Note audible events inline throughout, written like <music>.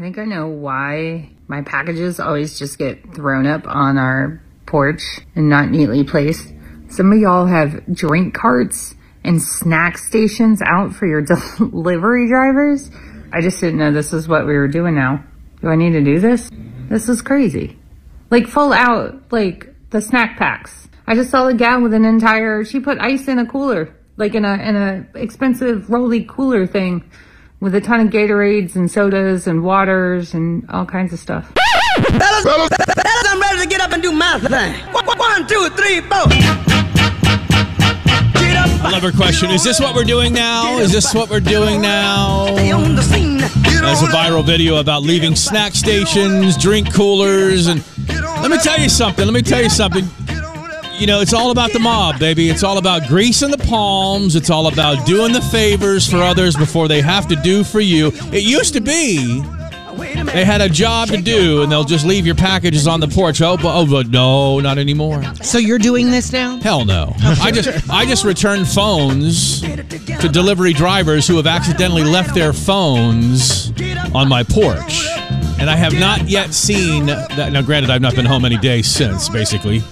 think I know why my packages always just get thrown up on our porch and not neatly placed. Some of y'all have drink carts and snack stations out for your <laughs> delivery drivers. I just didn't know this is what we were doing now. Do I need to do this? This is crazy. Like full out, like the snack packs. I just saw a gal with an entire, she put ice in a cooler, like in a, in a expensive rolly cooler thing with a ton of Gatorades and sodas and waters and all kinds of stuff. Fellas, fellas, fellas, I'm ready to get up and do my thing. One, one, two, three, four. Get up. I love her question. Is this what we're doing now? Is this what we're doing now? Stay on the scene. Get There's a on up. viral video about leaving snack stations, drink coolers, and let me tell you something. Let me tell you something. Get on up. You know, it's all about the mob, baby. It's all about greasing the palms. It's all about doing the favors for others before they have to do for you. It used to be Wait a minute. they had a job to do and they'll just leave your packages on the porch. Oh, but, oh, but no, not anymore. So you're doing this now? Hell no. I just I just return phones to delivery drivers who have accidentally left their phones on my porch. And I have not yet seen that. Now, granted, I've not been home any day since, basically.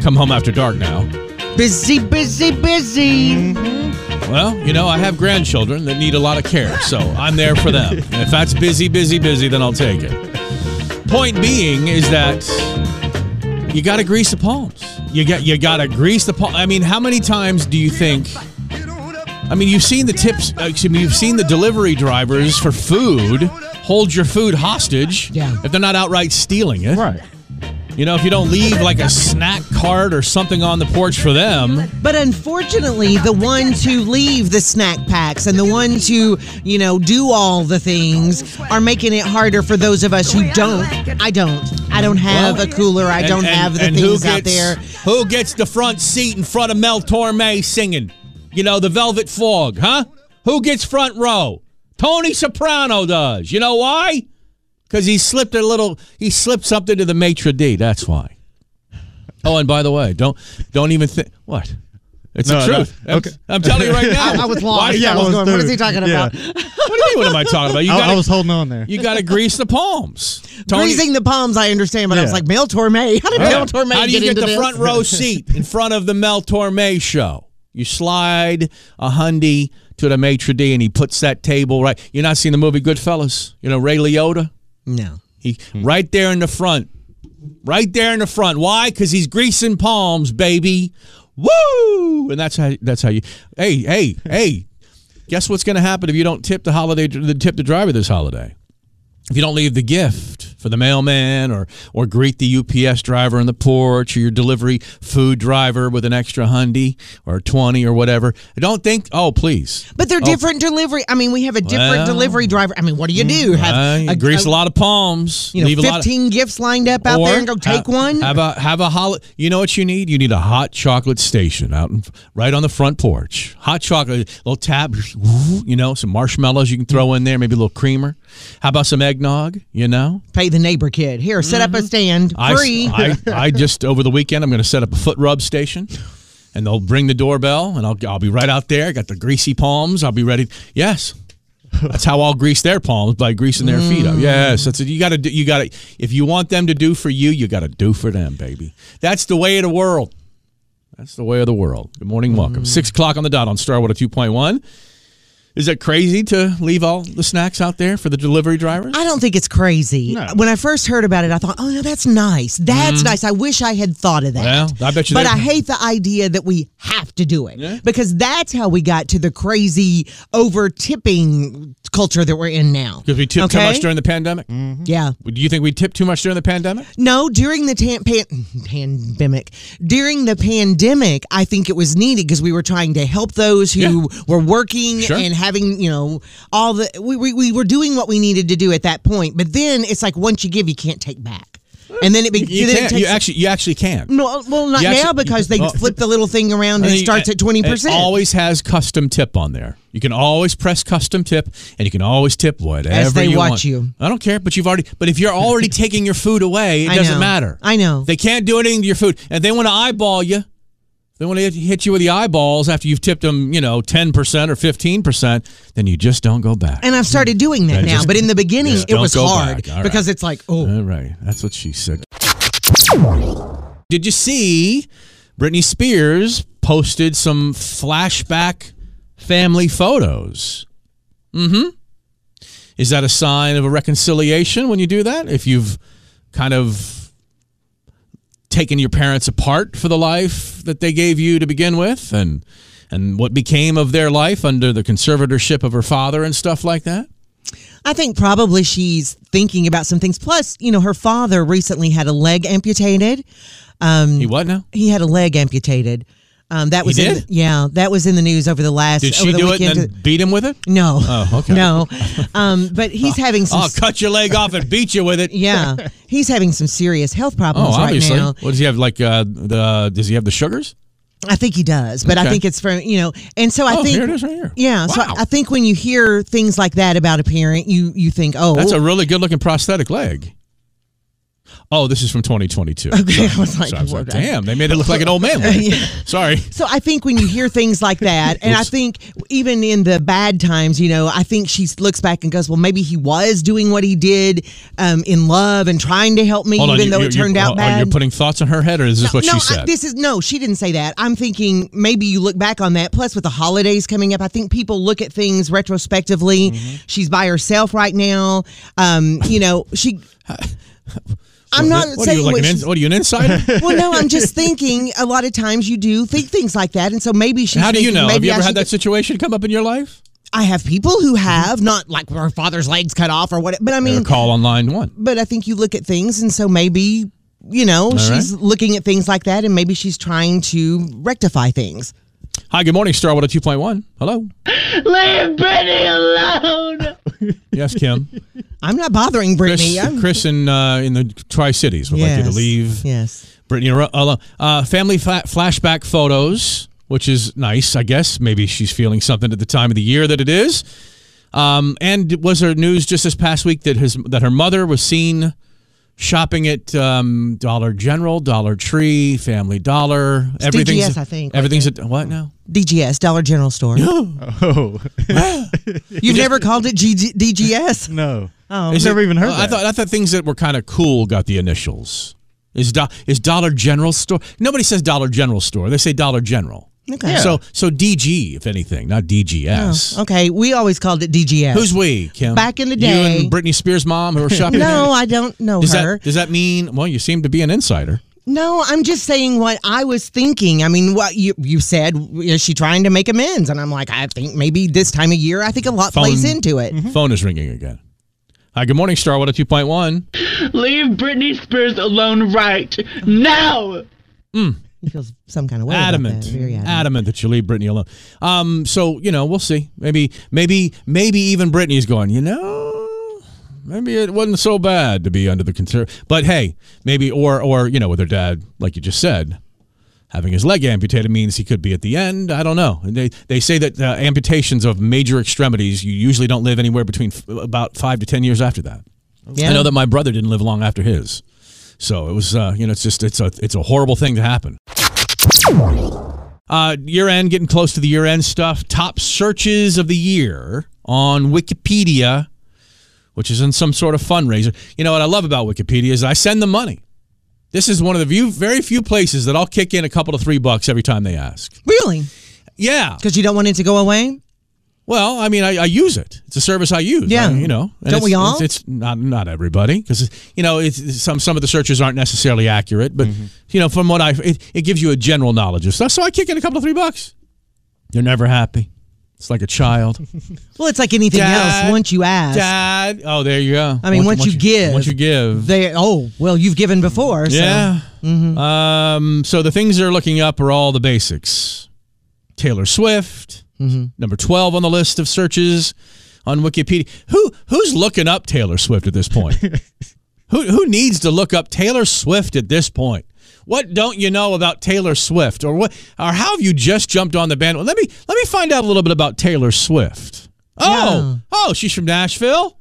Come home after dark now. Busy, busy, busy. Well, you know, I have grandchildren that need a lot of care, so I'm there for them. And if that's busy, busy, busy, then I'll take it. Point being is that you got to grease the palms. You got you got to grease the palm. I mean, how many times do you think? I mean, you've seen the tips. uh, Excuse me, you've seen the delivery drivers for food hold your food hostage. Yeah. If they're not outright stealing it, Right. You know, if you don't leave like a snack cart or something on the porch for them, But unfortunately, the ones who leave the snack packs and the ones who, you know, do all the things are making it harder for those of us who don't. I don't. I don't have Well, a cooler. I And- don't and- have the and who things out gets- there. Who gets the front seat in front of Mel Torme singing? You know, the Velvet Fog, huh? Who gets front row? Tony Soprano does. You know why? Because he slipped a little. He slipped something to the maitre d. That's why. Oh, and by the way, don't don't even think what. It's No, the no. truth. I'm- Okay. I'm, telling you right <laughs> now. I, I was Why- lost. yeah, I I was was going, what there. is he talking Yeah. about? What do you mean? What am I talking <laughs> about? You I, I gotta, was holding on there. you got to grease the palms. Greasing the palms, I understand, but I was Yeah. like, Mel Torme. How did Yeah. Mel Torme How do you get, into the this? front <laughs> row seat in front of the Mel Torme show? You slide a hundy to the maitre d, and he puts that table right. You're not seeing the movie Goodfellas, you know Ray Liotta. No. He right there in the front, right there in the front. Why? Because he's greasing palms, baby. Woo! And that's how that's how you. Hey, hey, hey! Guess what's going to happen if you don't tip the holiday the tip the driver this holiday? If you don't leave the gift for the mailman or or greet the UPS driver on the porch or your delivery food driver with an extra hundy or twenty or whatever, don't think. Oh, please. But they're different delivery. I mean, we have a different Well. delivery driver. I mean, what do you do? Have Uh, you grease a, lot of palms. you know, leave a lot of- uh, 15 gifts lined up out there and go take ha- one? Have a have a hol- You know what you need? You need a hot chocolate station out in, right on the front porch. Hot chocolate, little tab. You know, some marshmallows you can throw in there, maybe a little creamer. How about some eggnog? You know, Pay the neighbor kid. Here, set up a stand. I s- Free. I, I just over the weekend I'm going to set up a foot rub station. And they'll ring the doorbell, and I'll, I'll be right out there. Got the greasy palms. I'll be ready. Yes, that's how I'll grease their palms by greasing their feet up. Yes, that's it. You got to do. You got to. If you want them to do for you, you got to do for them, baby. That's the way of the world. That's the way of the world. Good morning, Mm. welcome. Six o'clock on the dot on Starwater two point one. Is it crazy to leave all the snacks out there for the delivery drivers? I don't think it's crazy. No. When I first heard about it, I thought, oh, no, that's nice. That's nice. I wish I had thought of that. Mm-hmm. Well, I bet you But they- I hate the idea that we have to do it because that's how we got to the crazy over tipping culture that we're in now. Because we tipped too Okay? much during the pandemic. Yeah. Do you think we tipped too much during the pandemic? No, during the tan- pan- pandemic, during the pandemic, I think it was needed because we were trying to help those who were working Sure. and having, you know, all the we, we we were doing what we needed to do at that point. But then it's like once you give, you can't take back, and then it be, You then it can't. takes- You actually, you actually can. no, well, not you actually- now because they oh. flip the little thing around I and it think starts it- at twenty percent. It always has custom tip on there. You can always press custom tip, and you can always tip whatever they you watch want. you. I don't care, but you've already. But if you're <laughs> already taking your food away, it I doesn't know. matter. I know. They can't do anything to your food, and they want to eyeball you. Then when they hit you with the eyeballs after you've tipped them, you know, 10% or 15%, then you just don't go back. And I've started doing that Yeah, now, just- but in the beginning, Yeah, it don't was go hard back. All right. because it's like, oh, All right. That's what she said. Did you see Britney Spears posted some flashback family photos? Mm hmm. Is that a sign of a reconciliation when you do that? If you've kind of taken your parents apart for the life that they gave you to begin with and and what became of their life under the conservatorship of her father and stuff like that? I think probably she's thinking about some things. Plus, you know, her father recently had a leg amputated. Mm. You what now? He had a leg amputated. Um, that was In did? the, yeah, that was in the news over the last. Did over she the do it weekend. and then beat him with it? no. Oh, okay. Oh, No. Um, <laughs> but he's having some. I'll cut your leg off and beat you with it. <laughs> yeah, he's having some serious health Oh, problems right obviously. now. What does he have? Like uh, the does he have the sugars? I think he does, but I Okay. think it's from you know, and so I Oh, think here it is right here. Yeah, so Wow. I think when you hear things like that about a parent, you you think, oh, That's a really good looking prosthetic leg. Oh, this is from 2022. <laughs> Okay, I was like, So I was like, what- damn, they made it look like an old <laughs> man. leg. Yeah. Sorry. So I think when you hear things like that, and I Oops. think even in the bad times, you know, I think she looks back and goes, "Well, maybe he was doing what he did um, in love and trying to help me, Hold on, even you- though you- it you- turned out are- bad." Are you putting thoughts in her head, or is this what no, she I, said? this is no. She didn't say that. I'm thinking maybe you look back on that. Plus, with the holidays coming up, I think people look at things retrospectively. Mm-hmm. She's by herself right now. Um, you know, <laughs> she. I'm not what are saying you like what an she's- in, What are you an <laughs> insider? well, no, <laughs> I'm just thinking. A lot of times you do think things like that, and so maybe she's. How do you thinking, know? Have maybe you ever I had should- that situation come up in your life? I have people who have not like her father's legs cut off or what, but I Or mean, call on line one. but I think you look at things, and so maybe you know she's looking at things like that, and maybe she's trying to rectify things. Hi, good morning, Star. What a 2.1. Hello. Leave Brittany alone. <laughs> Yes, <laughs> Kim. I'm not bothering Brittany. Chris, I'm, Chris in uh, in the Tri Cities would like you Yes, to leave. Yes. Brittany Ro- alone. Uh, family fa- flashback photos, which is nice, I guess. Maybe she's feeling something at the time of the year that it is. Um, and was there news just this past week that his that her mother was seen shopping at um, Dollar General, Dollar Tree, Family Dollar? DGS, I think, like Everything's at what now? DGS, Dollar <gasps> General Store. <laughs> Oh You've never called it G- DGS? no! Oh. I've Is never it- even heard. uh, I that. thought I thought things that were kind of cool got the initials. Is Do- is Dollar General store? Nobody says Dollar General store. They say Dollar General. Okay. Oh, So so DG if anything, not DGS. Okay. We always called it DGS. Who's we, Kim? Back in the you day- and Britney Spears' mom <laughs> who were shopping. <laughs> no, I don't know does her. that does that mean? Well, you seem to be an insider. No, I'm just saying what I was thinking. I mean, what you you said is she trying to make amends? And I'm like, I think maybe this time of year, I think a lot Phone- Mm-hmm. plays into it. Phone is ringing again. Hi, good morning, Star. What a two point one. Leave Britney Spears alone right now. He feels some kind of way. about Adamant, that, very adamant. adamant that you leave Britney alone. Um, so you know, we'll see. Maybe, maybe, maybe even Britney's going. You know, maybe it wasn't so bad to be under the concern. But hey, maybe or or you know, with her dad, like you just said, having his leg amputated means he could be at the end. I don't know. And they they say that uh, amputations of major extremities you usually don't live anywhere between f- about five to ten years after that. Yeah. I know that my brother didn't live long after his. So it was, uh, you know, it's just it's a it's a horrible thing to happen. Uh, year end, getting close to the year end stuff. Top searches of the year on Wikipedia, which is in some sort of fundraiser. You know what I love about Wikipedia is I send them money. This is one of the few, very few places that I'll kick in a couple of three bucks every time they ask. Really? Yeah. Because you don't want it to go away? Well, I mean, I, I use it. It's a service I use. Yeah. I- you know, and Don't it's, we all? It's, it's not not everybody because you know it's, it's- some some of the searches aren't necessarily accurate, but Mm-hmm. you know from what I it, it gives you a general knowledge of stuff. So I kick in a couple of three bucks. You're never happy. It's like a child. Well, it's like anything Dad, else. Once you ask, Dad. Oh, there you go. I mean, once you give, once you give, they, oh, well, you've given before. So. yeah. Um, so the things they're looking up are all the basics. Taylor Swift, number twelve on the list of searches on Wikipedia. Who who's looking up Taylor Swift at this point? who who needs to look up Taylor Swift at this point? What don't you know about Taylor Swift, or what, or how have you just jumped on the bandwagon? Let me let me find out a little bit about Taylor Swift. Oh, oh, she's from Nashville.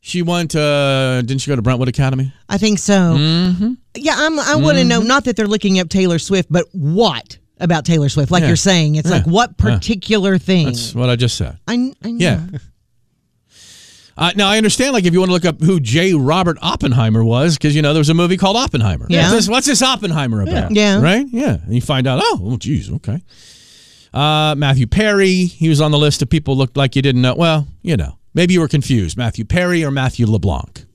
She went. Uh, didn't she go to Brentwood Academy? I think so. Yeah, I'm, I want to know, not that they're looking up Taylor Swift, but what? about Taylor Swift, like Yeah. you're saying. It's like what particular thing? That's what I just said. I, I know. Yeah. Uh, now I understand, like if you want to look up who J. Robert Oppenheimer was, because you know there was a movie called Oppenheimer. Yeah. What's this, what's this Oppenheimer about? Yeah. Yeah. Right. Yeah. And you find out. Oh, oh, geez. Okay. Uh, Matthew Perry. He was on the list of people looked like you didn't know. Well, you know, maybe you were confused. Matthew Perry or Matthew LeBlanc.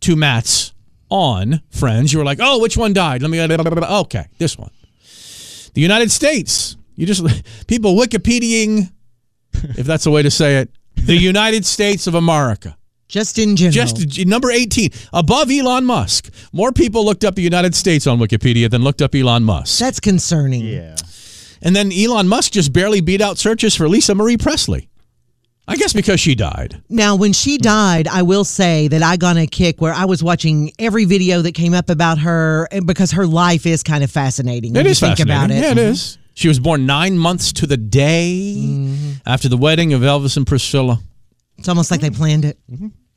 Two Matts on Friends. You were like, oh, which one died? Let me. Okay, this one. The United States. You just <laughs> people Wikipediaing, if that's a way to say it. The United States of America. Just in general. Just number 18, above Elon Musk. More people looked up the United States on Wikipedia than looked up Elon Musk. That's concerning. Yeah. And then Elon Musk just barely beat out searches for Lisa Marie Presley. I guess because she died. Now, when she Hmm. died, I will say that I got a kick where I was watching every video that came up about her and- because her life is kind of fascinating. when It you is think fascinating. about it. Mm-hmm. Yeah, it is. She was born nine months to the day Mm-hmm. after the wedding of Elvis and Priscilla, It's almost Mm-hmm. like they planned it.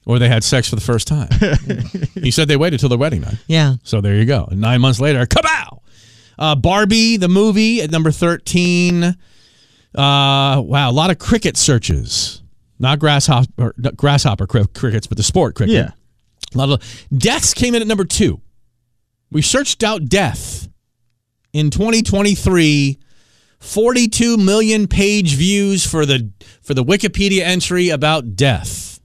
or they had sex for the first <laughs> time. he said they waited till their wedding night. Yeah. So there you go. And Nine months later, kabow! Uh, Barbie, the movie at number 13. Uh, wow, a lot of cricket searches. Not grasshopper, not grasshopper cri- crickets, but the sport cricket. Yeah. A lot of deaths came in at number two. We searched out death in 2023. 42 million page views for the for the Wikipedia entry about death.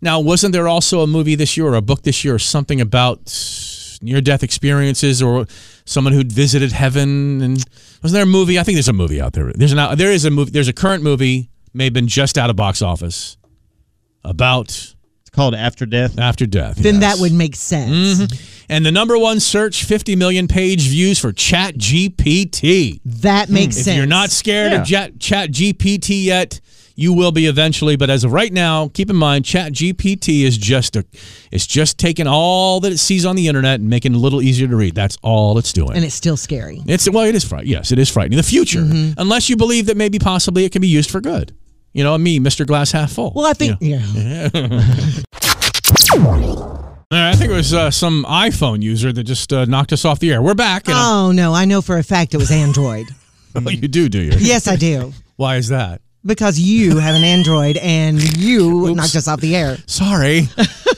Now, wasn't there also a movie this year or a book this year or something about near death experiences or someone who'd visited heaven? And wasn't there a movie? I think there's a movie out there. There's an there is a movie. There's a current movie may have been just out of box office about It's called <laughs> After Death. after death. yes. Then Mm-hmm. that would make sense. And the number one search, 50 million page views for Chat GPT. That makes Hmm. If sense. you're not scared of Yeah. Chat, Chat GPT yet, you will be eventually. But as of right now, keep in mind, Chat GPT is just a, it's just taking all that it sees on the internet and making it a little easier to read. That's all it's doing. and it's still scary. It's well, it is frightening. Yes, it is frightening. The future, Mm-hmm. unless you believe that maybe possibly it can be used for good. You know, me, Mr. Glass half full. Well, I think yeah. All right, I think it was uh, some iPhone user that just uh, knocked us off the air. We're back. And I'm- Oh no, I know for a fact it <laughs> was Android. Um, oh, you do, do you? yes, I do. Why is that? Because you have an Android and you knocked us off the air. Sorry,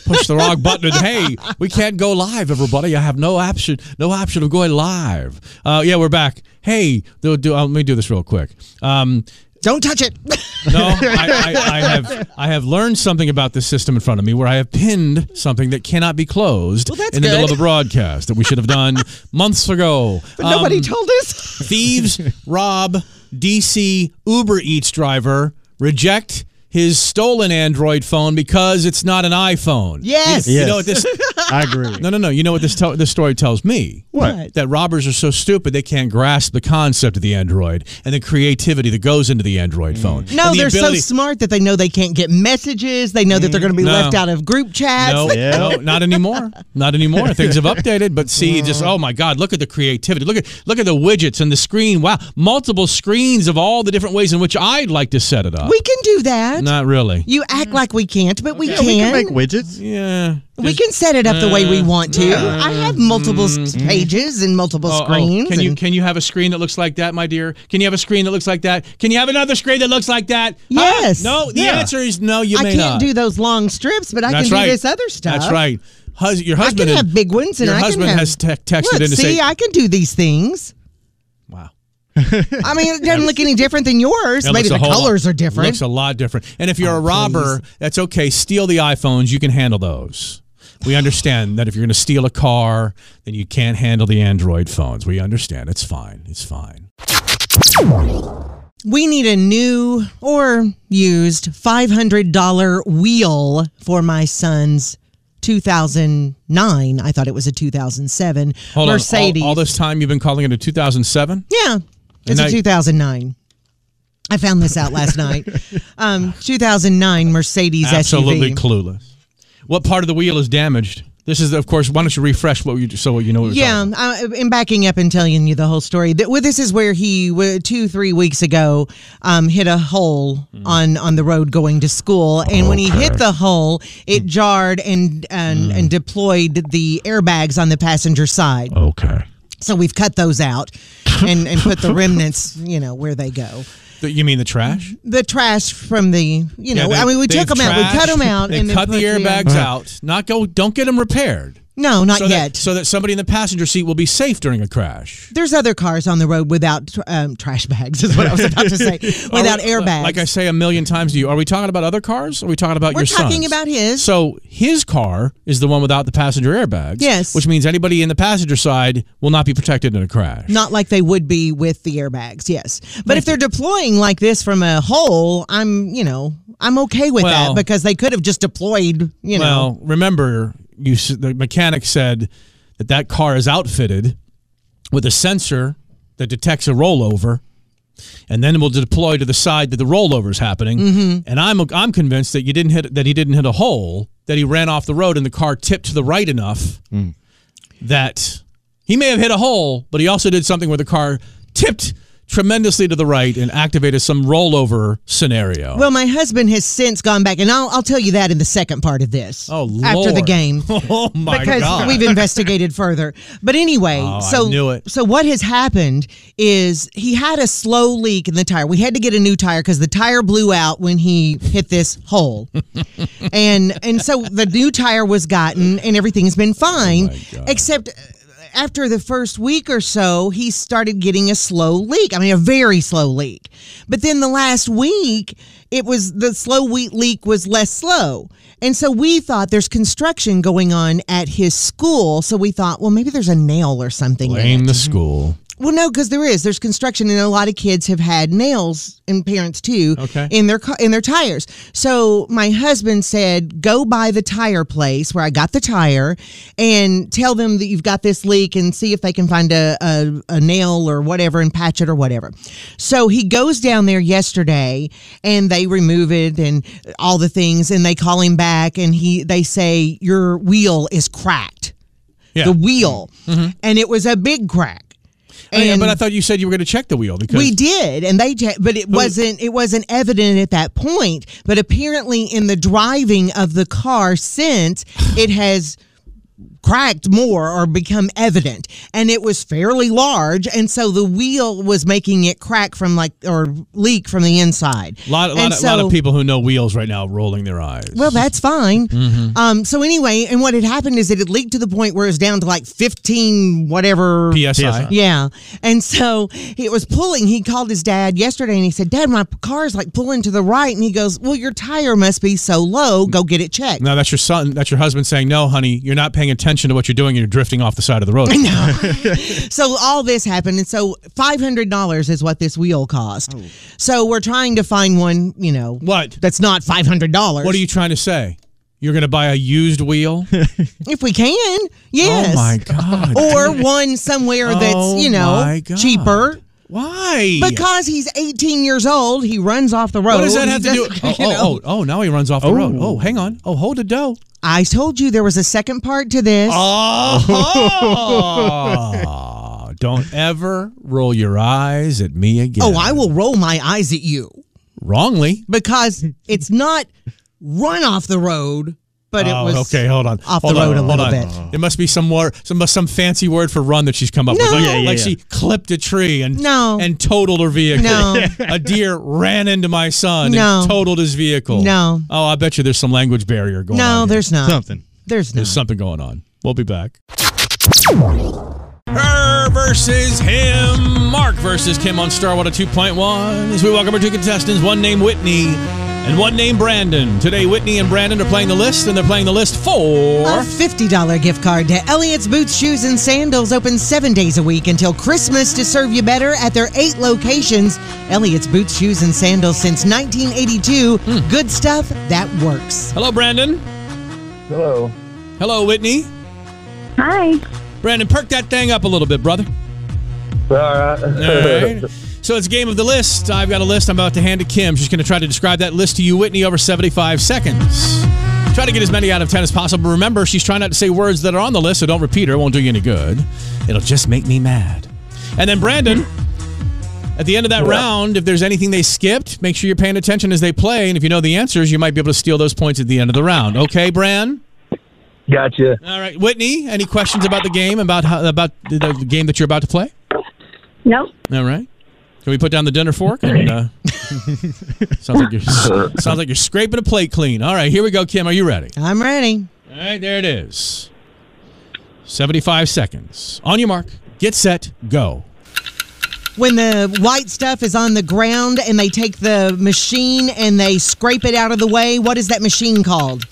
push the wrong button. And, hey, we can't go live, everybody. I have no option, no option of going live. Uh, yeah, we're back. Hey, do, do, uh, let me do this real quick. Um, Don't touch it. <laughs> no, I, I, I have I have learned something about this system in front of me where I have pinned something that cannot be closed that's in the middle of good. a broadcast that we should have <laughs> done months ago. But Nobody told us. Thieves rob DC Uber Eats driver, reject his stolen Android phone because it's not an iPhone. Yes. You <laughs> know what this I agree. No, no, no. You know what this tell this story tells me? What? That robbers are so stupid they can't grasp the concept of the Android and the creativity that goes into the Android Mm. phone. No, And the they're ability- Mm, so smart that they know they can't get messages. They know that they're going to be No. left out of group chats. No, Yeah. no, not anymore. Not anymore. Things have updated, but see, just oh my God, look at the creativity. Look at look at the widgets and the screen. Wow, multiple screens of all the different ways in which I'd like to set it up. We can do that. Not really. You act like we can't, but we Yeah, can. we can make widgets. Yeah. We can set it up the way we Mm, want to. I have multiple s pages and multiple Oh, oh, screens. mm. Can you and- can you have a screen that looks like that, my dear? Can you have a screen that looks like that? Can you have another screen that looks like that? Huh? Yes. No. The Yeah. answer is no. You I may can't not. do those long strips, but I That's can right. do this other stuff. That's right. Hus- your I can husband have big ones, and your I can husband have- has te- texted Look, in to see, say, I can do these things. "Wow." I mean, it doesn't look any different than yours. It Maybe the looks a whole colors lot- are different. Oh, Looks a lot different. And if you're a robber, that's okay. Steal the iPhones. You can handle those. We understand that if you're going to steal a car, then you can't handle the Android phones. We understand. It's fine. It's fine. we need a new or used five hundred dollar wheel for my son's. 2009. I thought it was a 2007 Hold on. Mercedes. All, all this time you've been calling it a 2007? Yeah. It's now- a 2009. I found this out <laughs> last night. Um, 2009 Mercedes Absolutely SUV. clueless. What part of the wheel is damaged? This is, of course. Why don't you refresh what you so you know what you're Yeah, talking I, I'm backing up and telling you the whole story. That well, this is where he w- two three weeks ago um, hit a hole Hmm. on on the road going to school, and when he hit the hole, it Hmm. jarred and and, and deployed the airbags on the passenger side. Oh. about. Okay. So we've cut those out <laughs> and, and put the remnants, you know, where they go. The- You mean the trash? The trash from the, you Yeah, know, they- I mean, we they've took them out, we cut trashed- them out, They and then cut the put um, airbags out. Not go. Don't get them repaired. No, not so yet. That, so that somebody in the passenger seat will be safe during a crash. There's other cars on the road without tr- um, trash bags, is what I was about <laughs> to say, <laughs> without Are we- airbags. Oh, Like I say a million times to you, are we talking about other cars? Or are we talking about We're your son? talking about his. So his car is the one without the passenger airbags. Yes. Which means anybody in the passenger side will not be protected in a crash. not like they would be with the airbags, yes. But if they're deploying like this from a hole, I'm, you know, I'm okay with Well- that because they could have just deployed, you know. Well, remember, you s- the mechanic said that that car is outfitted with a sensor that detects a rollover, and then will deploy to the side that the rollover is happening. Mm-hmm. And I'm I'm convinced that you didn't hit that he didn't hit a hole that he ran off the road and the car tipped to the right enough that he may have hit a hole, but he also did something where the car tipped tremendously to the right and activated some rollover scenario. Well, my husband has since gone back, and I'll, I'll tell you that in the second part of this. oh, After the Lord. game. <laughs> Oh my because God. Oh, we've <laughs> investigated further. But anyway, I so knew it. so what has happened is he had a slow leak in the tire. We had to get a new tire because the tire blew out when he hit this <laughs> hole, and and so the new tire was gotten and everything's been fine, except. uh, After the first week or so, he started getting a slow leak. I mean, a very slow leak. But then the last week, it was the slow wheat leak was less slow. And so we thought there's construction going on at his school. So we thought, well, maybe there's a nail or something. in it. Blame the school. Well, no, because there is. There's construction, and a lot of kids have had nails, and parents too, Okay. in their ca- in their tires. So my husband said, "Go by the tire place where I got the tire, and tell them that you've got this leak, and see if they can find a a, a nail or whatever, and patch it or whatever." So he goes down there yesterday, and they remove it and all the things, and they call him back, and he they say your wheel is cracked, Yeah. Mm-hmm. the wheel, and it was a big crack. Oh, yeah, And- but I thought you said you were going to check the wheel because we did, and they, te- but it wasn't. It wasn't evident at that point. But apparently, in the driving of the <sighs> car since, it has cracked more or become evident, and it was fairly large, and so the wheel was making it crack from like or leak from the inside. a lot, a lot, And a lot so- of people who know wheels right now rolling their eyes. well, that's fine. Mm-hmm. Um, so anyway, and what had happened is it had leaked to the point where it was down to like fifteen whatever PSI. Yeah. And so it was pulling. He called his dad yesterday and he said, Dad, my car's like pulling to the right. And he goes, Well, your tire must be so low. Go get it checked. Now that's your son. That's your husband saying, "No, honey, you're not paying attention to what you're doing, and you're drifting off the side of the road." So all this happened. And so $500 is what this wheel cost. So we're trying to find one, you know, Oh. What? that's not $500. What are you trying to say? You're going to buy a used <laughs> wheel? If we can, yes. Oh my god! Or one somewhere Oh that's, you know, my God. cheaper. Why? Because he's 18 years old, he runs off the road. what does that He have to do? doesn't- Oh, <laughs> you know. oh, oh, oh! Now he runs off the road. Oh, hang on. Oh, hold a <laughs> dough. I told you there was a second part to this. Oh! Don't ever roll your eyes at me again. Oh, I will roll my eyes at you wrongly. because it's not run off the road, but it Oh, was okay. Hold on. off Hold the on, road a hold little on. bit. There must be some more, some some fancy word for run that she's come up with. No. Like, Yeah, yeah, like yeah. she clipped a tree and No. and totaled her vehicle. No. <laughs> a deer ran into my son No. and totaled his vehicle. No. Oh, I bet you there's some language barrier going on. No, here. there's not. Something. There's not. There's something going on. We'll be back. Her versus him. Mark versus Kim on Star oh Water 2.1. As we welcome our two contestants, one named Whitney and one named Brandon. Today, Whitney and Brandon are playing the list, and they're playing the list for. A $50 gift card to Elliot's Boots, Shoes, and Sandals open seven days a week until Christmas to serve you better at their eight locations. Elliot's Boots, Shoes, and Sandals since 1982. Hmm. Good stuff that works. Hello, Brandon. Hello. Hello, Whitney. Hi. Brandon, perk that thing up a little bit, brother. All right. All <laughs> right. so it's game of the list. I've got a list I'm about to hand to Kim. She's going to try to describe that list to you, Whitney, over 75 seconds. Try to get as many out of 10 as possible. Remember, she's trying not to say words that are on the list, so don't repeat her. It won't do you any good. It'll just make me mad. And then, Brandon, at the end of that round, if there's anything they skipped, make sure you're paying attention as they play. And if you know the answers, you might be able to steal those points at the end of the round. Okay, Bran? Gotcha. All right, Whitney. Any questions about the game? About how, about the, the game that you're about to play? Nope. All right. Can we put down the dinner fork? And, uh, sounds like you're sounds like you're scraping a plate clean. All right, here we go, Kim. Are you ready? I'm ready. All right, there it is. 75 seconds. On your mark, get set, go. When the white stuff is on the ground and they take the machine and they scrape it out of the way, what is that machine called?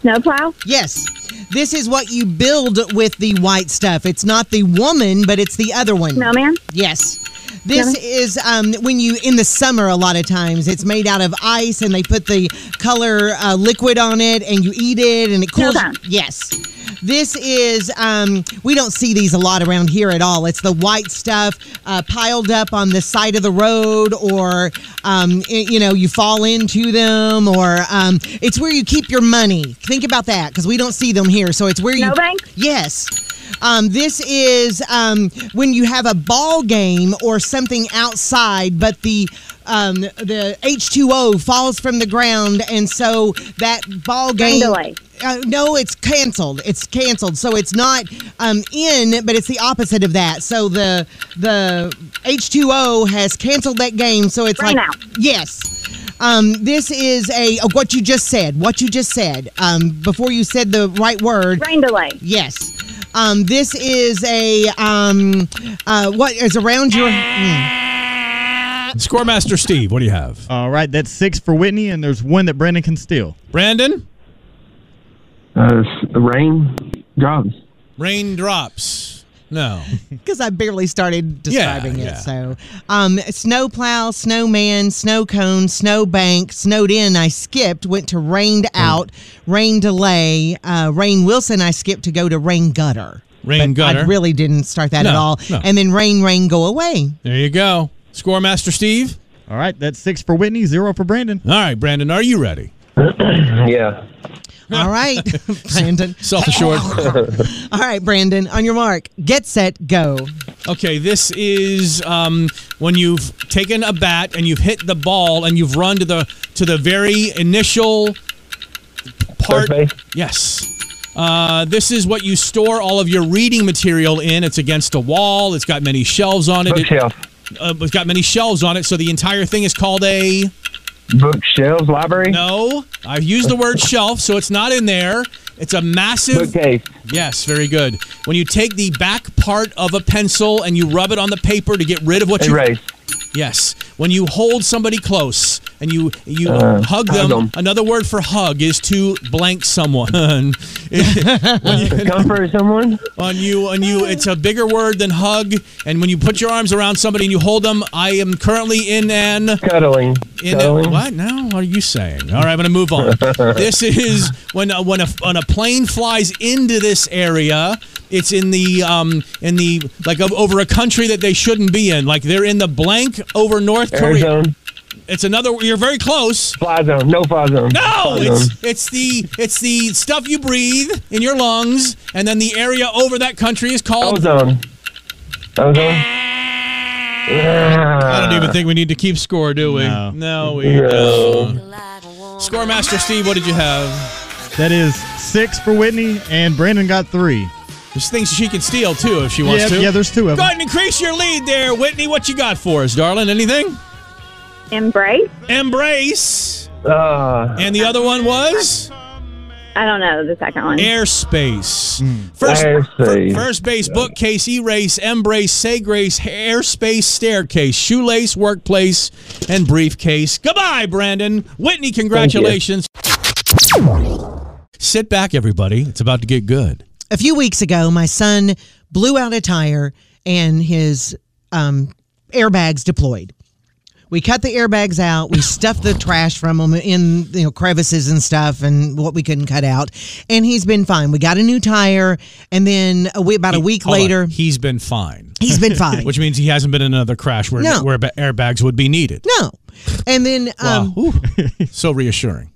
Snowplow. Yes. This is what you build with the white stuff. It's not the woman, but it's the other one. Snowman. Yes. This Yeah. is um, when you, in the summer, a lot of times it's made out of ice and they put the color uh, liquid on it and you eat it and it cools. Snowtime. Yes. This is, um, we don't see these a lot around here at all. It's the white stuff uh, piled up on the side of the road or, um, y- you know, you fall into them or um, it's where you keep your money. Think about that because we don't see them here. So it's where you. No bank? Yes. Um, this is um, when you have a ball game or something outside, but the um, the H two O falls from the ground, and so that ball game. delay. Uh, no, it's canceled. It's canceled. So it's not um, in, but it's the opposite of that. So the the H two O has canceled that game. So it's Rain like out. yes. Um, this is a oh, what you just said. What you just said um, before you said the right word. Rain delay. Yes. Um, this is a um, uh, what is around your. Ah. mm. Scoremaster Steve, what do you have? All right, that's six for Whitney, and there's one that Brandon can steal. Brandon? Uh, s- rain drops. Raindrops. No. because mm, I barely started describing Yeah, it. yeah. So, um, snowplow, snowman, snow cone, snowbank, snowed in. I skipped, went to rained Oh. out, rain delay, uh, rain Wilson. I skipped to go to rain gutter. Rain gutter. I really didn't start that No, at all. no. And then rain, rain, go away. <laughs> There you go. Scoremaster Steve? All right, that's six for Whitney, zero for Brandon. All right, Brandon, are you ready? Yeah. <laughs> All right, Brandon. Self assured. All right, Brandon. On your mark, get set, go. Okay, this is um, when you've taken a bat and you've hit the ball and you've run to the to the very initial part. First base. Yes. Uh, this is what you store all of your reading material in. It's against a wall. It's got many shelves on it. It- Bookshelf. uh, it's got many shelves on it, so the entire thing is called a. Bookshelves. Library. No, I've used <laughs> the word shelf, so it's not in there. It's a massive. Bookcase. Yes, very good. When you take the back part of a pencil and you rub it on the paper to get rid of what you Erase. Yes, when you hold somebody close and you you Uh, hug, them, hug 'em. Another word for hug is to blank someone. <laughs> on Comfort someone. you, on you, it's a bigger word than hug. And when you put your arms around somebody and you hold them, I am currently in an Cuddling. in a, Cuddling. what now? What are you saying? All right, I'm going to move <laughs> on. this is when uh, when a when a plane flies into this area. It's in the um in the like o- over a country that they shouldn't be in. Like they're in the blank over North Air Korea. zone. It's another. You're very close. Fly zone. No fly zone. Oh! No, Fly zone. it's it's the it's the stuff you breathe in your lungs, and then the area over that country is called. Ozone. Ozone. <laughs> I don't even think we need to keep score, do we? No. we. don't. Scoremaster Steve, what did you have? That is six for Whitney, and Brandon got three. There's things she can steal too if she wants yeah, to. yeah, there's two Go of them. ahead and increase your lead there, Whitney. What you got for us, darling? Anything? Embrace. Embrace. Uh, And the other one was I don't know the second one. airspace. First, Airspace. First base, bookcase, erase, embrace, say grace, airspace, staircase, shoelace, workplace, and briefcase. Goodbye, Brandon. Whitney, congratulations. Sit back, everybody. It's about to get good. a few weeks ago, my son blew out a tire and his um, airbags deployed. We cut the airbags out. We stuffed the trash from them in you know crevices and stuff, and what we couldn't cut out. And he's been fine. We got a new tire, and then a we about a week Hold on. later, he's been fine, <laughs> he's been fine. which means he hasn't been in another crash where, No. where ba- airbags would be needed. no, and then um, Wow. Ooh. so reassuring.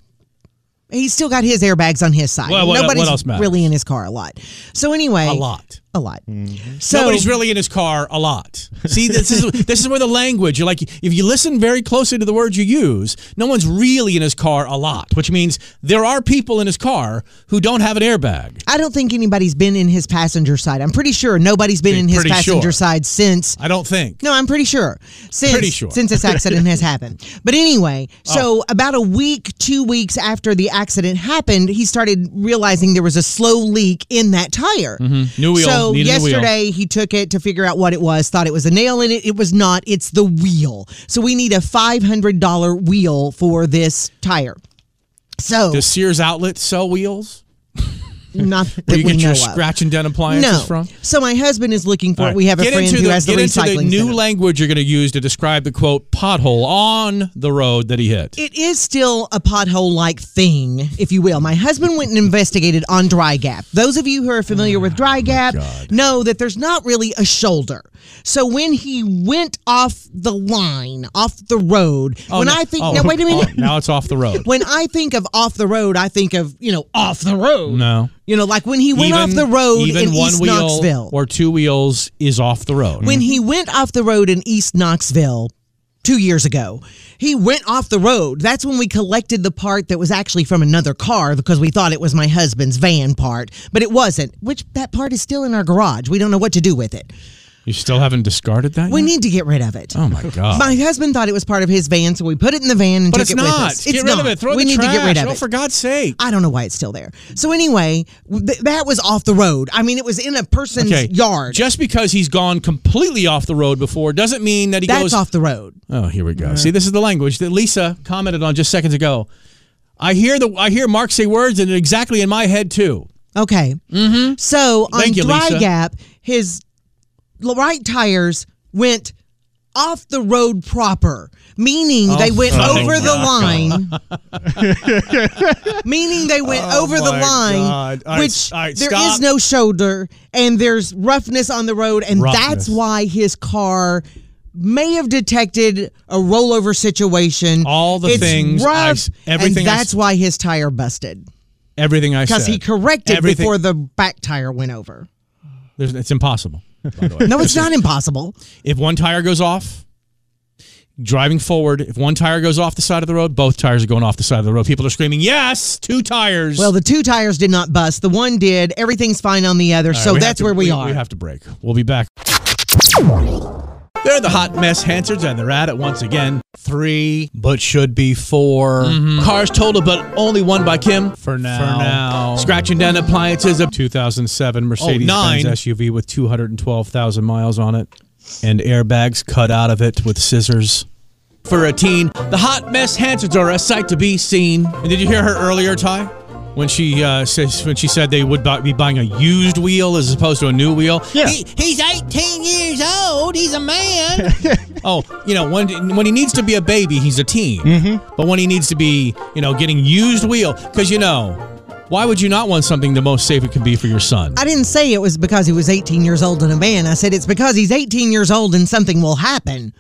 he's still got his airbags on his side. Well, what- what Nobody's else matters? really in his car a lot. So anyway, A lot. Mm-hmm. a lot. So Nobody's really in his car a lot. See, this is <laughs> this is where the language. You're like, if you listen very closely to the words you use, no one's really in his car a lot, which means there are people in his car who don't have an airbag. I don't think anybody's been in his passenger side. I'm pretty sure nobody's been Okay, in his pretty passenger sure. side since. I don't think. No, I'm pretty sure. Since Pretty sure. Oh. since this accident has happened. <laughs> But anyway, so about a week, two weeks after the accident happened, he started realizing there was a slow leak in that tire. Mm-hmm. New wheel. So needed a wheel. yesterday he took it to figure out what it was. Thought it was a nail in it. It was not. It's the wheel. So we need a five hundred dollar wheel for this tire. So Does Sears outlet sell wheels? not Where that you we get know your of. scratch and dent appliances no. from? So my husband is looking for All it. right. We have a Get friend into who the- has the get into recycling. the new center. language you're going to use to describe the quote pothole on the road that he hit. it is still a pothole like thing, if you will. My husband went and investigated on Dry Gap. Those of you who are familiar with Oh, Dry Gap know that there's not really a shoulder. So when he went off the line, off the road, Oh, when no. I think, Oh, now wait a minute. oh, now it's off the road. When I think of off the road, I think of, you know, off the road. No. You know, like when he <laughs> went off the road even in one East wheel Knoxville. or two wheels is off the road. when he went off the road in East Knoxville two years ago, he went off the road. That's when we collected the part that was actually from another car because we thought it was my husband's van part, but it wasn't, which that part is still in our garage. We don't know what to do with it. you still haven't discarded that. We yet? need to get rid of it. Mm. oh my god! My husband thought it was part of his van, so we put it in the van and but it's took it with not. us. get rid of it. Throw it we in the need trash. to get rid of oh, it. for God's sake! I don't know why it's still there. So anyway, w- th- that was off the road. I mean, it was in a person's yard. Just because he's gone completely off the road before doesn't mean that he That's goes off the road. Oh, here we go. See, this is the language that Lisa commented on just seconds ago. I hear the I hear Mark say words and exactly in my head too. Okay. Mm-hmm. So on Thank you, dry Lisa. gap, his l- right tires went off the road proper, meaning they went my over the line. <laughs> meaning they went over the Oh my line, God. All right, which s- all right, there stop. is no shoulder and there's roughness on the road, and Roughness. that's why his car. May have detected a rollover situation. All the It's things I rough, s- everything and I s- that's why his tire busted Everything I said. because he corrected Everything- before the back tire went over. There's, it's impossible. By <laughs> the way. No, it's not impossible. If one tire goes off, driving forward, if one tire goes off the side of the road, both tires are going off the side of the road. People are screaming, "Yes, two tires!" Well, the two tires did not bust. The one did. Everything's fine on the other. All right, so have that's to- where we, are. We have to break. We'll be back. They're the hot mess Hansards, and they're at it once again. Three, but should be 4 Cars totaled, but only one by Kim. Mm-hmm. For now. For now. Scratching down appliances. A Oh, 2007 Mercedes-Benz nine. SUV with 212,000 miles on it, and airbags cut out of it with scissors. For a teen, the hot mess Hansards are a sight to be seen. And did you hear her earlier, Ty? When she uh, says when she said they would bu- be buying a used wheel as opposed to a new wheel. Yeah. He- he's 18 years old. He's a man. oh, you know when when he needs to be a baby, he's a teen. Mm-hmm. But when he needs to be, you know, getting used wheel, because you know, why would you not want something the most safe it can be for your son? I didn't say it was because he was 18 years old and a man. I said it's because he's 18 years old and something will happen.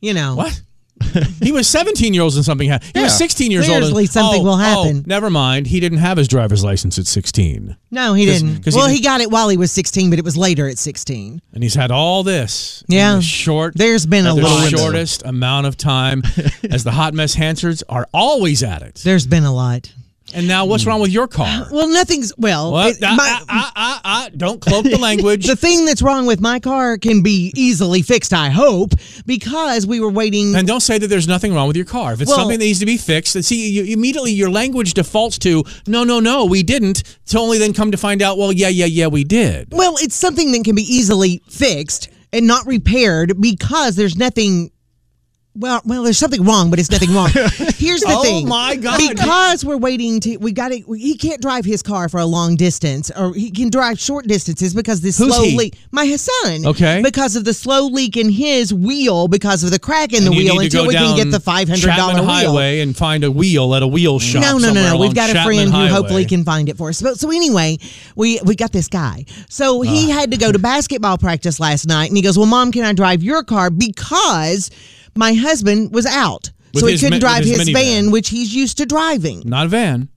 You know. What? <laughs> he was 17 years old and something happened. He was Yeah. 16 years old. Seriously, and- something oh, will oh, happen. never mind. He didn't have his driver's license at 16. No, he 'Cause- didn't. 'cause he well, he, didn't- got it while he was 16, but it was later at 16. And he's had all this. in Yeah. the short. There's been a the lot. shortest amount of <laughs> time as the hot mess Hansards are always at it. There's been a lot. And now what's wrong with your car? Well, nothing's well. What? Mm. it- Ah, my- ah, ah, ah, ah. Don't cloak <laughs> the language. the thing that's wrong with my car can be easily fixed, I hope, because we were waiting. And don't say that there's nothing wrong with your car. If it's Well- something that needs to be fixed, and see, you, immediately your language defaults to, no, no, no, we didn't, to only then come to find out, well, yeah, yeah, yeah, we did. Well, it's something that can be easily fixed and not repaired because there's nothing. Well, well, there's something wrong, but it's nothing <laughs> wrong. Here's the Oh thing. my God. Because we're waiting to, we got to. He can't drive his car for a long distance, or he can drive short distances because this Who's slow he? leak. My son. Okay. Because of the slow leak in his wheel, because of the crack in the And you wheel, need to until go we can down get the five hundred Chapman dollar wheel. Highway and find a wheel at a wheel shop. No, no, somewhere no, no. along We've got a Chapman friend Highway. who hopefully can find it for us. But so anyway, we we got this guy. So he Ah. had to go to basketball practice last night, and he goes, "Well, mom, can I drive your car because my husband was out, With so he his couldn't mi- with drive his his, minivan. van, which he's used to driving." Not a van.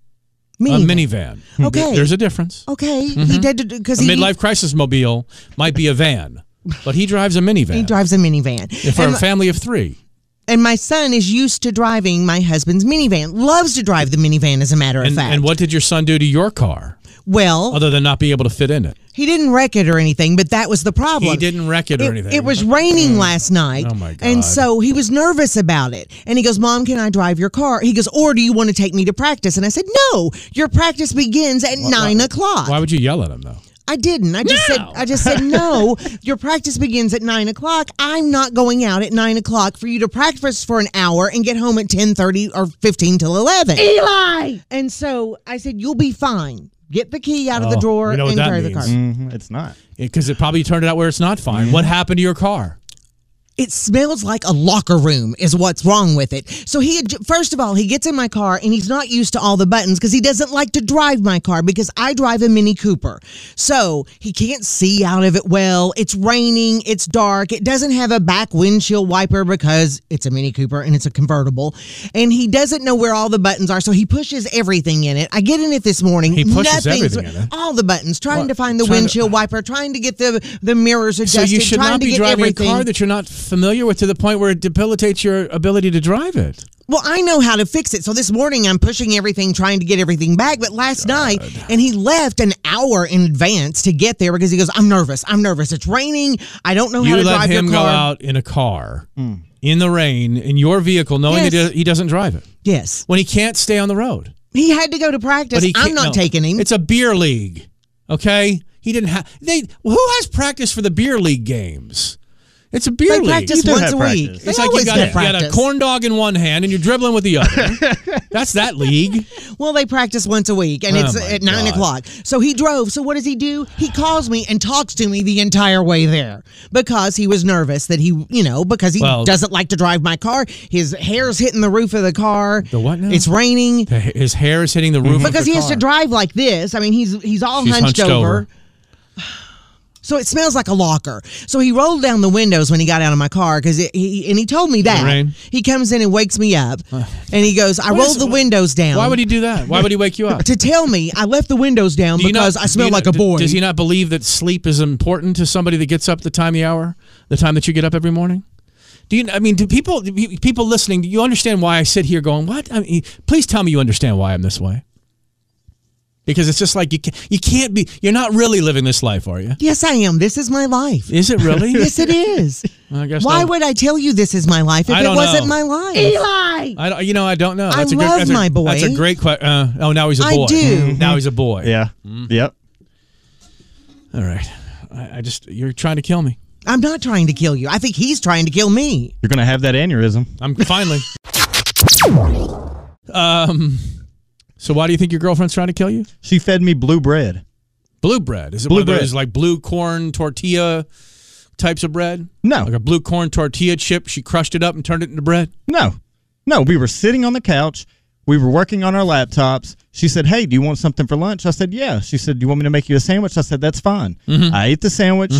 A Mini. minivan. Okay. Oh, There's a difference. Okay. He did because A he midlife crisis mobile might be a van, but he drives a minivan. He drives a minivan. for And- a family of three. and my son is used to driving my husband's minivan. Loves to drive the minivan, as a matter of And, fact. and what did your son do to your car well, other than not be able to fit in it? he didn't wreck it or anything, but that was the problem. He didn't wreck it or anything. It was raining last night. Oh, my God. And so he was nervous about it. And he goes, Mom, can I drive your car? He goes, Or do you want to take me to practice? And I said, No, your practice begins at nine o'clock. Why would you yell at him though? I didn't. I just said I just <laughs> said no. Your practice begins at nine o'clock. I'm not going out at nine o'clock for you to practice for an hour and get home at ten thirty or fifteen till eleven. Eli. And so I said, You'll be fine. Get the key out of the Oh, drawer you know what and that carry the means. car. hmm It's not. Because it probably turned out where it's not fine. What happened to your car? it smells like a locker room is what's wrong with it so he had, first of all he gets in my car and he's not used to all the buttons because he doesn't like to drive my car because i drive a mini cooper so he can't see out of it well it's raining it's dark it doesn't have a back windshield wiper because it's a mini cooper and it's a convertible and he doesn't know where all the buttons are so he pushes everything in it i get in it this morning He pushes Nothing's- everything in it? all the buttons trying What? to find the Trying to- windshield wiper trying to get the the mirrors So adjusted you should trying not to be get driving everything. a car that you're not familiar with to the point where it debilitates your ability to drive it. Well, I know how to fix it. So this morning I'm pushing everything, trying to get everything back. But last night, and he left an hour in advance to get there because he goes, I'm nervous. I'm nervous. It's raining. I don't know how you to let drive him your go car. out in a car in the rain in your vehicle, knowing Yes. that he doesn't drive it Yes. when he can't stay on the road. He had to go to practice. he I'm can't- not no. taking him. It's a beer league, okay? He didn't have they. Who has practice for the beer league games? It's a beer they league. practice do once have a practice. week. It's They it's like you always got, a, have you got a practice. corn dog in one hand and you're dribbling with the other. That's that league. Well, they practice once a week, and Oh it's my at nine God. o'clock. So he drove. So what does he do? He calls me and talks to me the entire way there because he was nervous that he, you know, because he Well- doesn't like to drive my car. His hair's hitting the roof of the car. The what now? It's raining His hair is hitting the roof. of because the he has to car. drive like this. I mean, he's he's all She's hunched, hunched over. over. <sighs> So it smells like a locker. So he rolled down the windows when he got out of my car because he and he told me that rain? he comes in and wakes me up, and he goes, "I What rolled is- the windows down." Why would he do that? Why would he wake you up? to tell me I left the windows down Do you because not- I smell do you like not- a boy. Does he not believe that sleep is important to somebody that gets up the time of the hour, the time that you get up every morning? Do you? I mean, do people do you- people listening? Do you understand why I sit here going, "What?" I mean, please tell me you understand why I'm this way. Because it's just like you can't, you can't be. You're not really living this life, are you? yes, I am. This is <laughs> my life. Is it really? <laughs> yes, it is. I guess Why not. would I tell you this is my life if I it don't wasn't know. my life? I don't, you know I don't know. I That's a love good, that's a, my boy. That's a great question. Uh, oh, now he's a I boy. do. Now he's a boy. Yeah. Mm-hmm. Yep. All right. I, I just you're trying to kill me. I'm not trying to kill you. I think he's trying to kill me. You're gonna have that aneurysm. I'm finally. um. So why do you think your girlfriend's trying to kill you? She fed me blue bread. Blue bread. Is it Blue one of bread. those like blue corn tortilla types of bread? No. Like a blue corn tortilla chip. She crushed it up and turned it into bread. No, no. We were sitting on the couch. We were working on our laptops. She said, "Hey, do you want something for lunch?" I said, "Yeah." She said, "Do you want me to make you a sandwich?" I said, "That's fine." Mm-hmm. I ate the sandwich.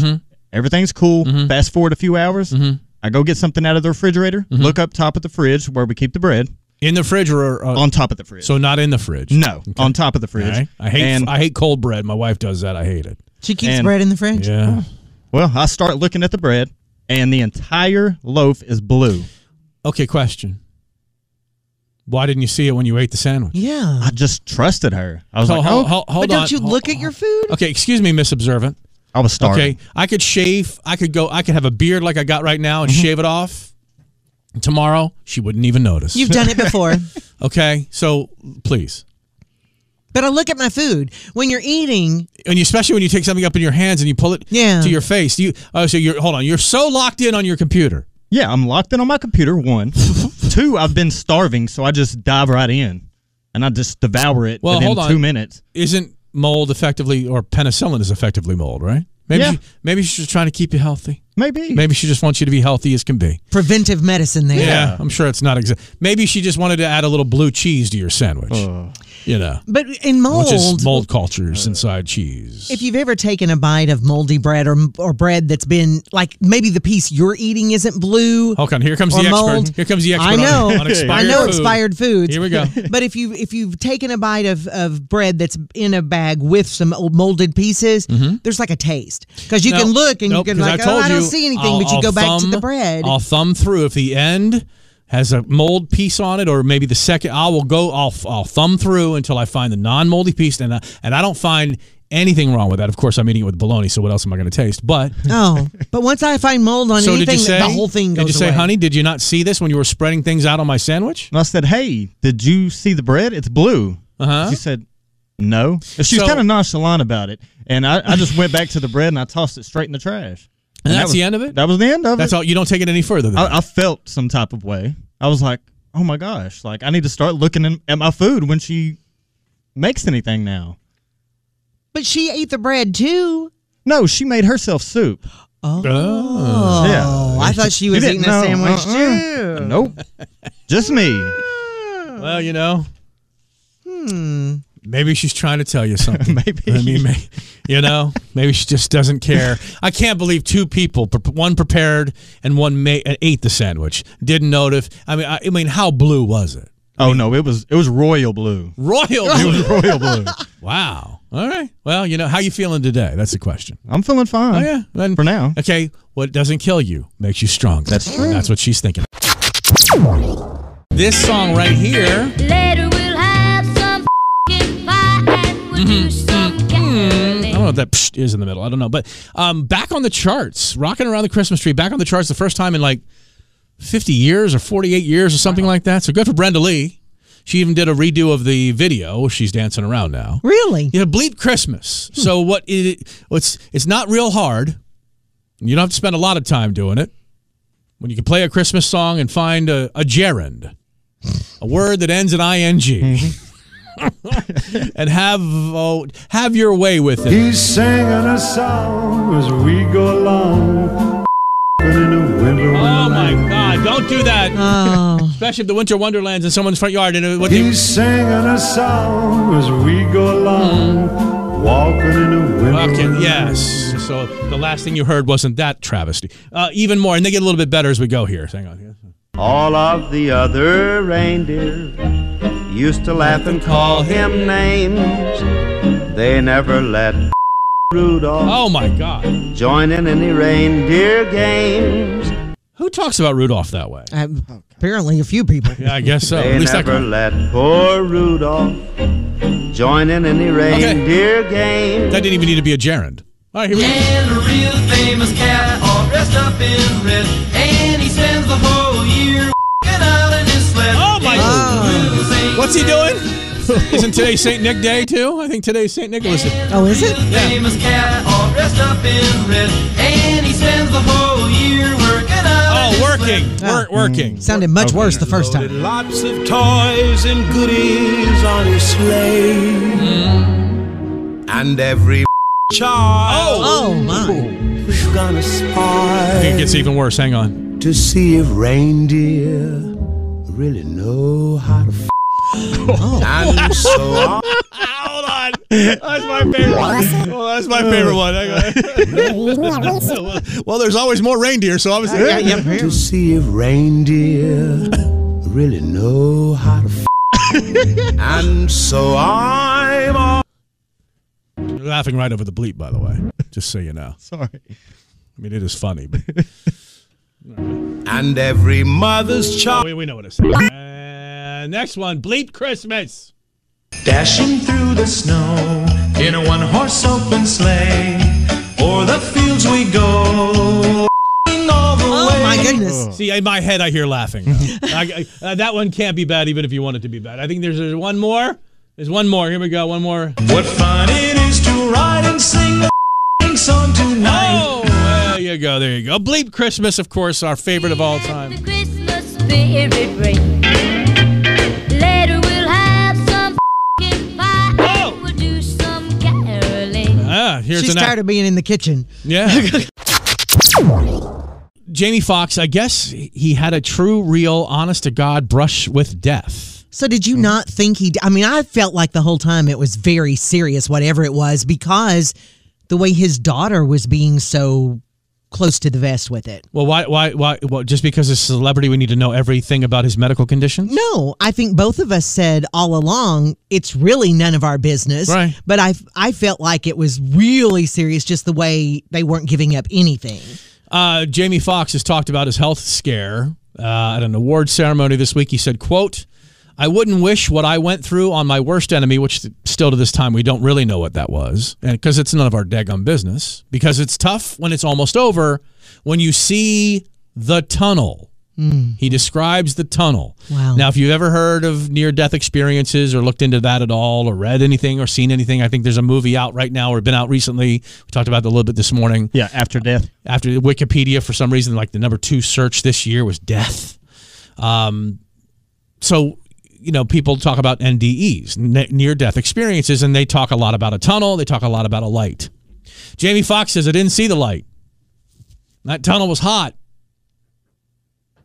Everything's cool. Fast forward a few hours. Mm-hmm. I go get something out of the refrigerator. Look up top of the fridge where we keep the bread. In the fridge or uh, On top of the fridge. so not in the fridge. no, on top of the All fridge. right. I hate And, I hate cold bread. My wife does that. I hate it. She keeps And- bread in the fridge. Yeah. well, I start looking at the bread, and the entire loaf is blue. Okay. Question. Why didn't you see it when you ate the sandwich? Yeah. I just trusted her. I was Ho- like, ho- "Oh, ho- hold but don't on. you Ho- look at your food? Okay. Excuse me, Miss Observant. I was starving." Okay, I could shave. I could go. I could have a beard like I got right now and Mm-hmm. shave it off. Tomorrow, she wouldn't even notice. <laughs> You've done it before. okay, so please, but I look at my food. When you're eating, and you, especially when you take something up in your hands and you pull it Yeah. to your face. You oh, so you're hold on. You're so locked in on your computer. Yeah, I'm locked in on my <laughs> computer. One, two. I've been starving, so I just dive right in, and I just devour it Well, within hold on. two minutes. Isn't mold effectively or penicillin is effectively mold, right? Maybe Yeah. she, maybe she's just trying to keep you healthy. Maybe. Maybe she just wants you to be healthy as can be. preventive medicine there. Yeah, I'm sure it's not exact. Maybe she just wanted to add a little blue cheese to your sandwich. you know, But in mold, Uh, which is mold cultures inside cheese. If you've ever taken a bite of moldy bread or or bread that's been like maybe the piece you're eating isn't blue. Hold on, here comes or the mold. expert. Here comes the expert. I on- <laughs> know. on expired I know food. expired foods. Here we go. <laughs> But if you if you've taken a bite of, of bread that's in a bag with some old molded pieces, there's like a taste because you No, can look and Mm-hmm. nope, you can 'cause like I oh told I don't you, see anything, I'll- but you I'll go back to the thumb- bread. I'll thumb through if the end has a mold piece on it, or maybe the second. I will go. I'll I'll thumb through until I find the non-moldy piece, and I, and I don't find anything wrong with that. Of course, I'm eating it with bologna, so what else am I going to taste? <laughs> But oh, but once I find mold on so did anything, you say the whole thing goes Did you say, away. honey? Did you not see this when you were spreading things out on my <laughs> sandwich? And I said, "Hey, did you see the bread? It's blue." Uh-huh. She said, "No." And She's So- kind of nonchalant about it, and I, I just went back to the bread and I tossed it straight in the trash. And that that's was- the end of it. That was the end of That's it. all. You don't take it any further. Than that. I, I felt some type of way. I was like, "Oh my gosh!" Like I need to start looking in, at my food when she makes anything now. But she ate the bread too. No, she made herself soup. Oh. Oh, Yeah. I thought she You was didn't eating a know. sandwich Uh-uh. too. Nope, just me. Well, you know. Hmm. Maybe she's trying to tell you <laughs> something. Maybe. I mean, may, you know, maybe she just doesn't care. I can't believe two people, pre- one prepared and one ma- uh, ate the sandwich, didn't notice. I mean, I, I mean, how blue was it? Oh no, it was it was <laughs> royal blue. Royal blue. Royal blue. Wow. All right. Well, you know, how you feeling today? That's the question. I'm feeling fine. Oh yeah. Then- For now. Okay. What doesn't kill you makes you stronger. That's true. That's what she's thinking. This song right here. Later we'll have some f***ing pie and we'll do some caroling. I don't know if that psh is in the middle. I don't know. But um, back on the charts, rocking around the Christmas tree, back on the charts the first time in like 50 years or 48 years or something like that. So good for Brenda Lee. She even did a redo of the video. She's dancing around now. Really? Yeah, Bleep Christmas. So what it it's it's not real hard. You don't have to spend a lot of time doing it. When you can play a Christmas song and find a, a gerund, a word that ends in ing, <laughs> and have oh, have your way with it. He's singing a song as we go along. In a winter Oh wonderland. my God! Don't do that, Oh. especially if the winter wonderland's in someone's front yard. And it- what they, He's singing a song as we go along. Walking in a winter Fucking wonderland. yes. So the last thing you heard wasn't that travesty. Uh, even more, and they get a little bit better as we go here. Hang on. here. All of the other reindeer used to laugh and call him names. They never let Rudolph Oh my God! join in any reindeer games. Who talks about Rudolph that way? Uh, apparently, a few people. Yeah, I guess so. They At least I never can. let poor Rudolph join in any reindeer games. That didn't even need to be a gerund. All right, here we go. And a real famous cat, all dressed up in red. And he spends the whole year out in his sled. Oh my! What's he <laughs> doing? Isn't today Saint Nick Day too? I think today's Saint Nicholas. Day. Oh, is it? Famous cat, all dressed up in red. And he spends the whole year working out. Oh, working, Wor- working. Sounded much worse the first time. Lots of toys and goodies on his sleigh. And every child Oh my! is gonna I think it spy gets even worse. Hang on. to see if reindeer really know how to f- And so on. Hold on. That's my favorite one. Oh, that's my favorite one. Hang <laughs> on. <laughs> well, there's always more reindeer, so obviously. to see if reindeer really know how to f- and so I'm off. You're laughing right over the bleep, by the way. Just so you know. Sorry. I mean, it is funny, but and every mother's child we, we know what it's. Uh, next one, bleep Christmas. dashing through the snow in a one-horse open sleigh o'er the fields we go all the Oh my goodness! See, in my head, I hear laughing. <laughs> though. I, I, uh, that one can't be bad, even if you want it to be bad. I think there's, there's one more. There's one more. Here we go. One more. what fun it is to ride and sing the f***ing song tonight Oh, there you go. There you go. Bleep Christmas, of course, our favorite of all time. The Christmas spirit ring. Later we'll have some f***ing pie Oh. and we'll do some caroling. Ah, here's She's an tired of being in the kitchen. Yeah. Jamie Foxx, I guess he had a true, real, honest to God brush with death. So did you not think he? d- I mean, I felt like the whole time it was very serious, whatever it was, because the way his daughter was being so close to the vest with it. Well, why, why, why? Well, just because it's a celebrity, we need to know everything about his medical condition. No, I think both of us said all along it's really none of our business. Right. But I I felt like it was really serious, just the way they weren't giving up anything. Uh, Jamie Foxx has talked about his health scare uh, at an award ceremony this week. He said, "quote I wouldn't wish what I went through on my worst enemy, which still to this time we don't really know what that was, and because it's none of our daggum business. Because it's tough when it's almost over, when you see the tunnel." He describes the tunnel. Wow. Now, if you've ever heard of near death experiences or looked into that at all or read anything or seen anything, I think there's a movie out right now or been out recently. We talked about it a little bit this morning. Yeah, after death. After Wikipedia, for some reason, like the number two search this year was death. Um, so, you know, people talk about NDEs, near death experiences, and they talk a lot about a tunnel. They talk a lot about a light. Jamie Foxx says, I didn't see the light. That tunnel was hot. Oh.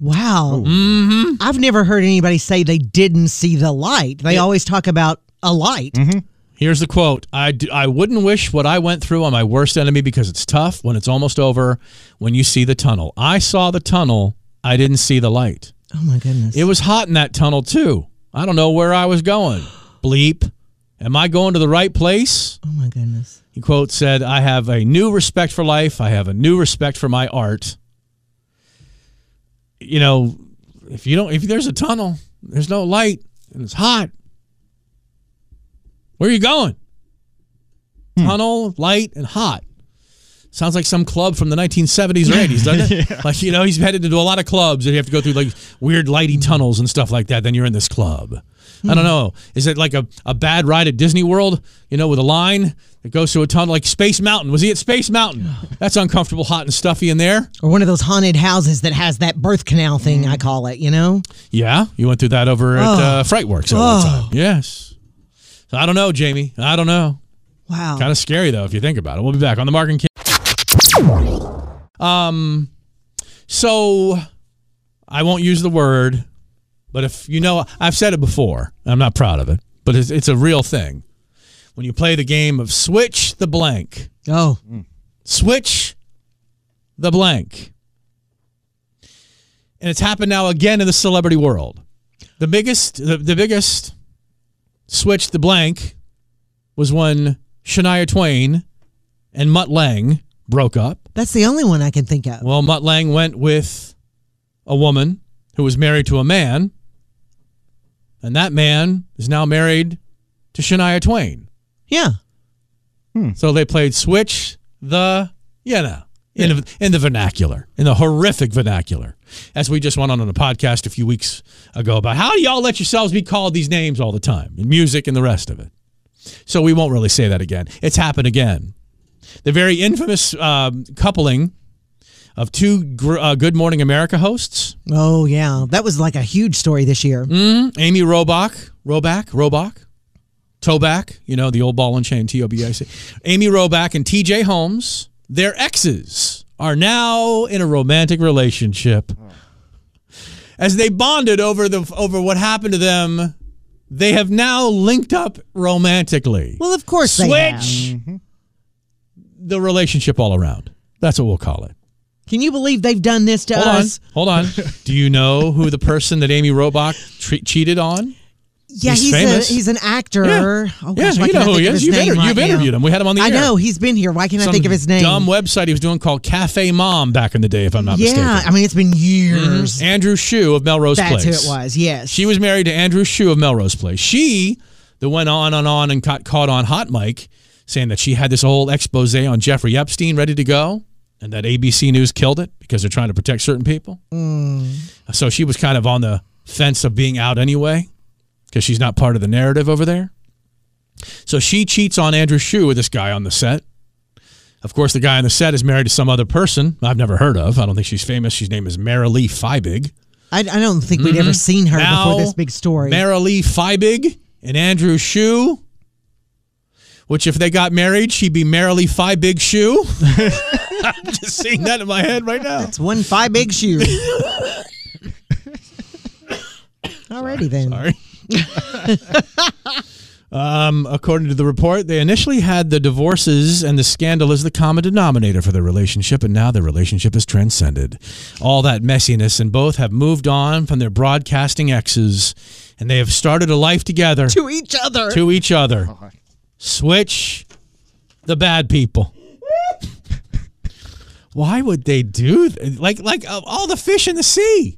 Wow. Mm-hmm. I've never heard anybody say they didn't see the light. They always talk about a light. Mm-hmm. Here's the quote I, d- I wouldn't wish what I went through on my worst enemy because it's tough when it's almost over when you see the tunnel. I saw the tunnel, I didn't see the light. Oh my goodness. It was hot in that tunnel, too. I don't know where I was going. Bleep. Am I going to the right place? oh my goodness. He quote said, I have a new respect for life. I have a new respect for my art. You know, if you don't, if there's a tunnel, there's no light, and it's hot, where are you going? Tunnel, light, and hot. Sounds like some club from the 1970s or 80s, doesn't <laughs> it? Like, you know, he's headed into a lot of clubs and you have to go through like weird lighty tunnels and stuff like that. Then you're in this club. I Hmm. don't know. Is it like a, a bad ride at Disney World, you know, with a line that goes through a tunnel like Space Mountain? Was he at Space Mountain? <sighs> That's uncomfortable, hot and stuffy in there. Or one of those haunted houses that has that birth canal thing, I call it, you know? Yeah, you went through that over at Oh. uh, Frightworks all the time. Oh. Yes. So I don't know, Jamie. I don't know. Wow. Kind of scary though, if you think about it. We'll be back on the Mark and Kim. Um, so I won't use the word, but if you know, I've said it before. and I'm not proud of it, but it's, it's a real thing. When you play the game of switch the blank, Oh, switch the blank, and it's happened now again in the celebrity world. The biggest, the, the biggest switch the blank was when Shania Twain and Mutt Lang broke up. that's the only one I can think of. Well, Mutt Lang went with a woman who was married to a man, and that man is now married to Shania Twain. Yeah. So they played switch the you know in the, in the vernacular, in the horrific vernacular, as we just went on on a podcast a few weeks ago about how do y'all let yourselves be called these names all the time in music and the rest of it. So we won't really say that again. It's happened again. The very infamous um, coupling of two gr- uh, Good Morning America hosts, Oh, yeah. That was like a huge story this year. Mm. Amy Robach, Robach, Robach, Toback, you know, the old ball and chain, T O B I C. Amy Robach and TJ Holmes, their exes, are now in a romantic relationship. Oh. As they bonded over the over what happened to them, they have now linked up romantically. Well, of course Switch they have. Mm-hmm. the relationship all around. That's what we'll call it. Can you believe they've done this to Hold us? on, <laughs> hold on. Do you know who the person that Amy Robach tre- cheated on? Yeah, He's he's, famous. a, he's an actor. Yeah. Oh, Yeah, gosh, you why know can't I who think he of is. his You've name inter- right you've now? interviewed him. We had him on the I air. know he's been here. Why can't I some think of his name? Dumb website he was doing called Cafe Mom back in the day, if I'm not yeah, mistaken. Mm-hmm. I mean it's been years. Andrew Shue of Melrose That's Place. who it was. Yes, She was married to Andrew Shue of Melrose Place. She that went on and on and got caught on Hot Mic saying that she had this whole expose on Jeffrey Epstein ready to go and that ABC News killed it because they're trying to protect certain people. So she was kind of on the fence of being out anyway because she's not part of the narrative over there. So she cheats on Andrew Shue with this guy on the set. Of course, the guy on the set is married to some other person I've never heard of. I don't think she's famous. She's name is Marilee Feibig. I, I don't think we'd Mm-hmm. ever seen her before this big story. Marilee Feibig and Andrew Shue, which if they got married, she'd be Marilee Feibig <laughs> Shue. I'm just seeing that in my <laughs> head right now. it's one five big shoe. Alrighty then. Sorry. Um, according to the report, they initially had the divorces and the scandal as the common denominator for their relationship, and now their relationship has transcended all that messiness, and both have moved on from their broadcasting exes, and they have started a life together To each other. to each other. Switch the bad people. Why would they do th- like like of all the fish in the sea?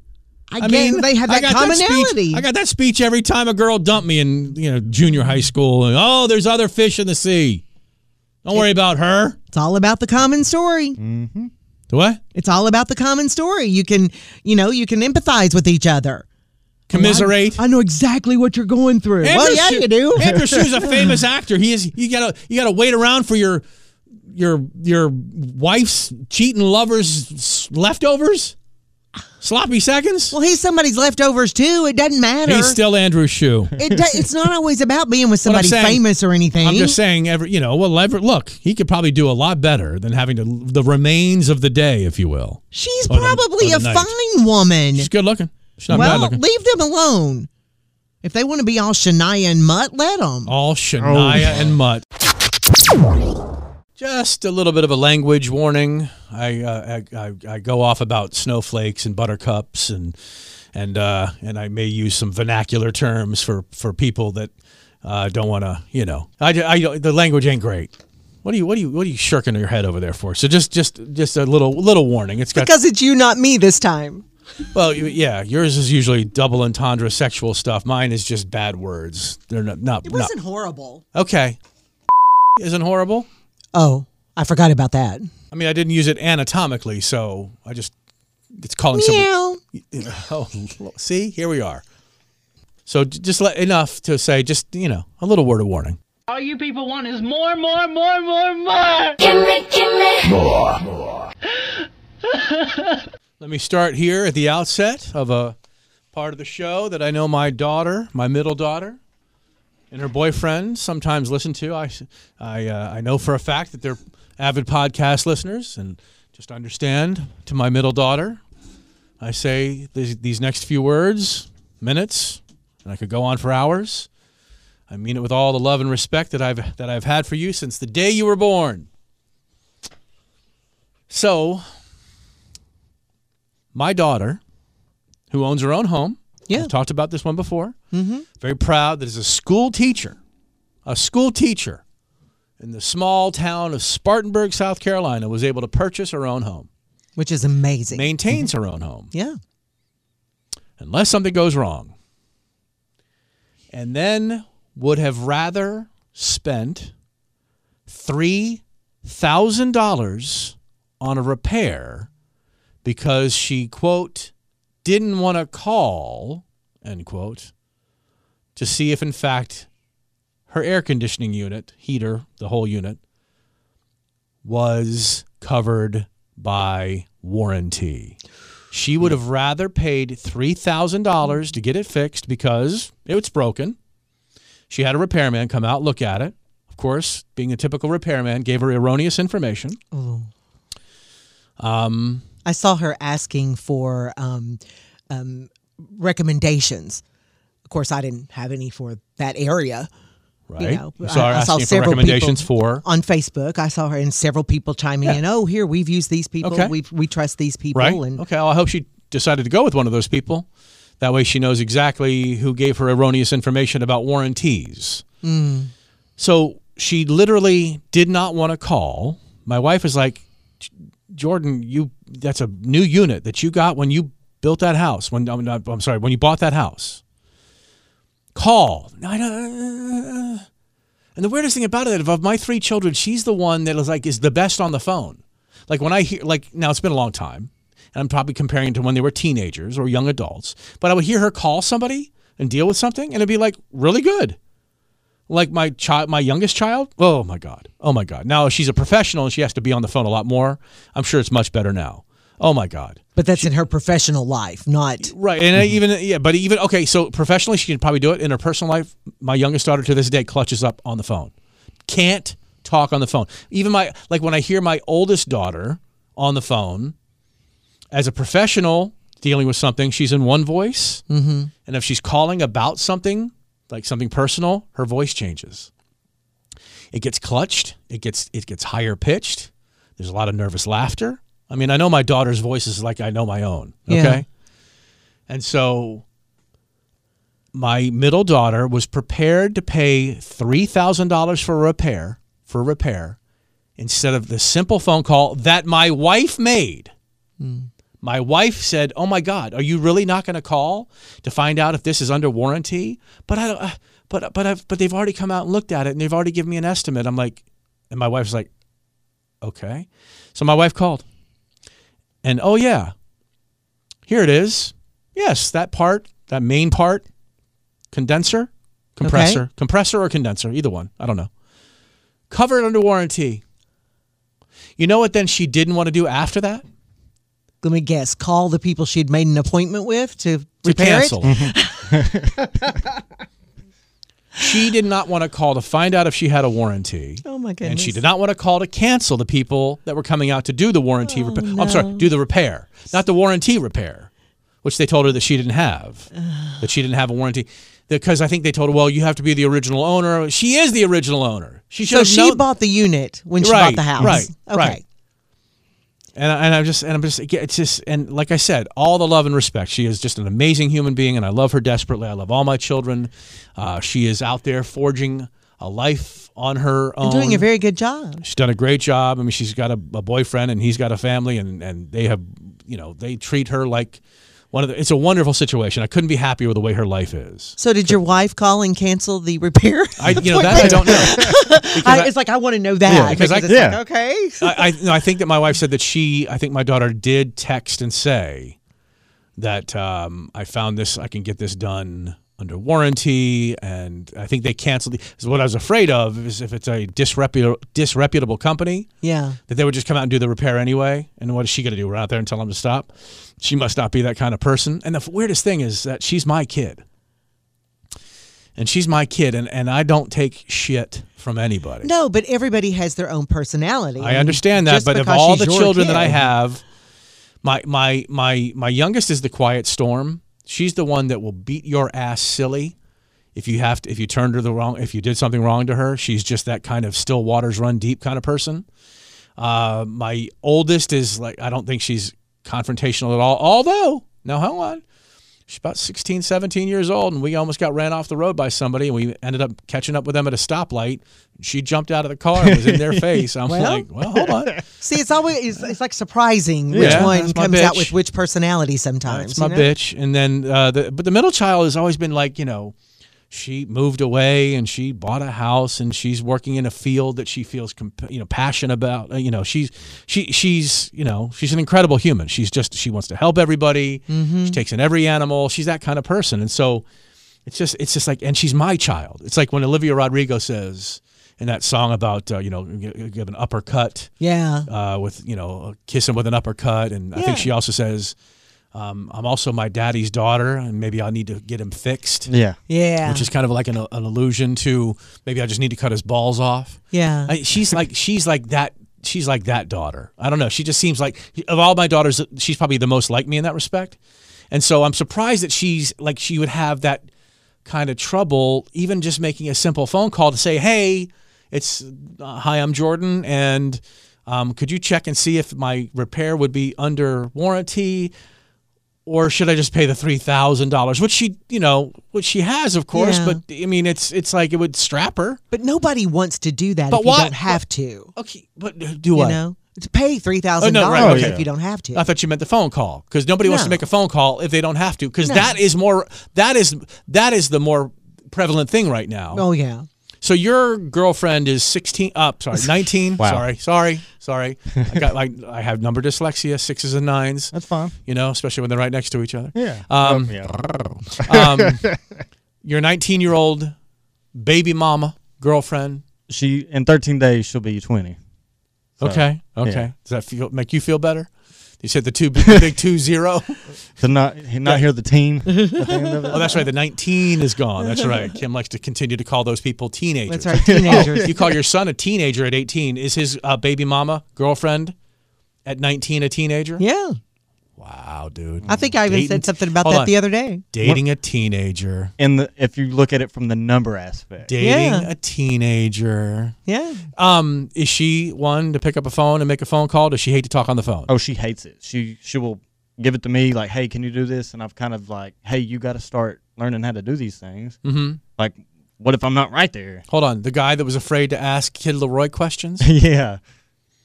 I, guess they have that commonality. speech, I got that speech every time a girl dumped me in you know junior high school. And, oh, there's other fish in the sea. Don't worry about her. it's all about the common story. Mm. What? It's all about the common story. You can, you know, you can empathize with each other. Commiserate. I know exactly what you're going through. well, yeah, Schu- you do. Andrew Shue's a famous actor. He is. You gotta you gotta wait around for your your your wife's cheating lovers s- leftovers, sloppy seconds. well, he's somebody's leftovers too. It doesn't matter. He's still Andrew Shue. it do- it's not always about being with What I'm somebody saying- famous or anything. I'm just saying, every you know, well, every, look, he could probably do a lot better than having to, the remains of the day, if you will. She's Or the- probably or the a night. fine woman. She's good looking. She's not well, bad looking. leave them alone. If they want to be all Shania and Mutt, let them. All Shania Oh. and Mutt. Just a little bit of a language warning. I uh, I, I, I go off about snowflakes and buttercups and and uh, and I may use some vernacular terms for for people that uh, don't want to you know I, ju- I don't- the language ain't great. What are you what are you what are you shirking your head over there for? So just just just a little little warning. It's got Because it's you, not me this time. Well, you- yeah, yours is usually double entendre sexual stuff. Mine is just bad words. They're not not, It not- wasn't horrible. okay. <laughs> Isn't horrible. Oh, I forgot about that. I mean, I didn't use it anatomically, so I just it's calling somebody. Meow. <laughs> Oh, look, see, here we are. So j- just let enough to say just you know a little word of warning. All you people want is more, more, more, more, more. Let me start here at the outset of a part of the show that I know my daughter, my middle daughter, and her boyfriend sometimes listen to. I, I, uh, I know for a fact that they're avid podcast listeners, and just understand to my middle daughter, I say these, these next few words, minutes, and I could go on for hours. I mean it with all the love and respect that I've that I've had for you since the day you were born. So, my daughter, who owns her own home. Yeah. I've talked about this one before. Mm-hmm. Very proud that is a school teacher, a school teacher in the small town of Spartanburg, South Carolina, was able to purchase her own home, Which is amazing. maintains her own home, yeah. unless something goes wrong. And then would have rather spent $3,000 on a repair because she, quote, didn't want to call, end quote, to see if in fact her air conditioning unit, heater, the whole unit, was covered by warranty. She would have rather paid $3,000 to get it fixed because it was broken. She had a repairman come out, look at it. Of course, being a typical repairman, gave her erroneous information. Um, I saw her asking for um, um, recommendations. Of course, I didn't have any for that area. right. you know. You saw her I saw asking for several recommendations people for. on Facebook. I saw her and several people chiming in. Oh, here we've used these people. Okay. We we trust these people. Right. And okay. Well, I hope she decided to go with one of those people. That way, she knows exactly who gave her erroneous information about warranties. Hmm. So she literally did not want to call. My wife is like, "J- Jordan, you that's a new unit that you got when you built that house. When I'm, not, I'm sorry, when you bought that house. Call. uh, No, I don't. And the weirdest thing about it, of my three children, she's the one that is like is the best on the phone. Like when I hear, like now it's been a long time, and I'm probably comparing it to when they were teenagers or young adults. But I would hear her call somebody and deal with something, and it'd be like really good. Like my child, my youngest child. Oh my god. Oh my god. Now she's a professional and she has to be on the phone a lot more. I'm sure it's much better now. Oh my god. but that's in her professional life, not Right. And I even yeah, but even okay, so professionally she can probably do it. In her personal life, my youngest daughter to this day clutches up on the phone. Can't talk on the phone. Even my like when I hear my oldest daughter on the phone as a professional dealing with something, she's in one voice. Mm-hmm. And if she's calling about something, like something personal, her voice changes. It gets clutched, it gets it gets higher pitched. There's a lot of nervous laughter. I mean, I know my daughter's voice is like I know my own, okay? Yeah. And so my middle daughter was prepared to pay $3,000 for a repair, for a repair instead of the simple phone call that my wife made my wife said, "Oh my God, are you really not going to call to find out if this is under warranty?" But I don't. Uh, but but I've, but they've already come out and looked at it, and they've already given me an estimate. I'm like, and my wife's like, "Okay." So my wife called, and oh yeah, here it is. Yes, that part, that main part, condenser, compressor, compressor or condenser, either one. I don't know. Covered under warranty. You know what? Then she didn't want to do after that. Let me guess. Call the people she'd made an appointment with to to repair cancel. it. <laughs> she did not want to call to find out if she had a warranty. Oh my goodness. And she did not want to call to cancel the people that were coming out to do the warranty repair. Oh, I'm sorry, do the repair, not the warranty repair, which they told her that she didn't have, that she didn't have a warranty. Because I think they told her, well, you have to be the original owner. She is the original owner. She should so have she known- bought the unit when she Right, bought the house. right, Okay. right. And, I- and I'm just, and I'm just, it's just, and like I said, all the love and respect. She is just an amazing human being, and I love her desperately. I love all my children. Uh, she is out there forging a life on her own. And doing a very good job. she's done a great job. I mean, she's got a, a boyfriend, and he's got a family, and and they have, you know, they treat her like one of the. It's a wonderful situation. I couldn't be happier with the way her life is. So did your wife call and cancel the repair? I, you <laughs> know, that I don't know. Because I- I- it's like I want to know that. Yeah, because because I- it's yeah. like, okay. I, I, no, I think that my wife said that she, I think my daughter did text and say that um, I found this, I can get this done under warranty. And I think they canceled it. 'Cause What I was afraid of is if it's a disreputable, disreputable company, Yeah. that they would just come out and do the repair anyway. And what is she going to do? Run out there and tell them to stop? She must not be that kind of person. And the f- weirdest thing is that she's my kid. And she's my kid, and, and I don't take shit from anybody. No, but everybody has their own personality. I understand that, Just but of because all she's the your children that I kid- have, my my my my youngest is the quiet storm. She's the one that will beat your ass silly if you have to, if you turned her the wrong if you did something wrong to her. She's just that kind of still waters run deep kind of person. Uh, my oldest is like I don't think she's confrontational at all. Although now hang on, she's about 16, 17 years old, and we almost got ran off the road by somebody, and we ended up catching up with them at a stoplight. She jumped out of the car and was in their face. I'm Well. like, well, hold on. See, it's always it's, it's like surprising which Yeah, one that's my comes out bitch. with which personality sometimes. It's my you know? bitch. And then, uh, the, but the middle child has always been like, you know, she moved away and she bought a house and she's working in a field that she feels, comp- you know, passionate about. Uh, You know, she's she she's you know she's an incredible human. She's just she wants to help everybody. Mm-hmm. Mhm. She takes in every animal. She's that kind of person. And so, it's just it's just like, and she's my child. It's like when Olivia Rodrigo says in that song about uh, you know give give an uppercut Yeah. uh, with you know kissing with an uppercut, and I think she also says, um, "I'm also my daddy's daughter, and maybe I need to get him fixed." Yeah. Yeah. which is kind of like an, an allusion to maybe I just need to cut his balls off. Yeah. I, she's like she's like that. She's like that daughter. I don't know. She just seems like of all my daughters, she's probably the most like me in that respect. And so I'm surprised that she's like she would have that kind of trouble, even just making a simple phone call to say, "Hey, it's uh, hi, I'm Jordan, and um, could you check and see if my repair would be under warranty, or should I just pay the three thousand dollars?" Which she, you know, which she has, of course. Yeah. But I mean, it's it's like it would strap her. But nobody wants to do that But if why- you don't have to. Okay, but do you what? know to pay three thousand Oh, no, right, dollars okay. if you don't have to. I thought you meant the phone call because nobody wants to No. make a phone call if they don't have to because No. that is more that is that is the more prevalent thing right now. oh yeah. So your girlfriend is 16 up, <laughs> sorry, 19. Wow. Sorry, sorry, sorry. I got like I have number dyslexia, sixes and nines. That's fine. You know, especially when they're right next to each other. Yeah. Uh, Um, Yeah. um your 19-year-old baby mama girlfriend. She in 13 days she'll be 20. So, Okay. Okay. yeah. Does that feel make you feel better? You said the two the big two <laughs> zero. To not not hear the team. <laughs> at the end of it. Oh, that's right. The 19 is gone. That's right. Kim likes to continue to call those people teenagers. That's right, teenagers. <laughs> Oh, you call your son a teenager at 18. Is his uh, baby mama, girlfriend at 19 a teenager? Yeah. Wow, dude. I think I even said something about hold that on. the other day. Dating a teenager. in the if you look at it from the number aspect. Dating Yeah. a teenager. Yeah. Um, is she one to pick up a phone and make a phone call? Does she hate to talk on the phone? Oh, she hates it. She she will give it to me like, "Hey, can you do this?" And I've kind of like, "Hey, you got to start learning how to do these things." Mm-hmm. Like, what if I'm not right there? <laughs> Hold on. The guy that was afraid to ask Kid Leroy questions? yeah,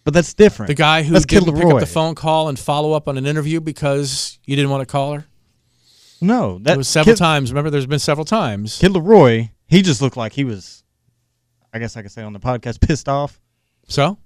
but that's different. The guy who That's Kid didn't pick up Leroy. the phone call and follow up on an interview because you didn't want to call her? No, that It was several Kid, times. Remember, there's been several times. Kid Leroy. He just looked like he was. I guess I could say on the podcast, <laughs> pissed off. So?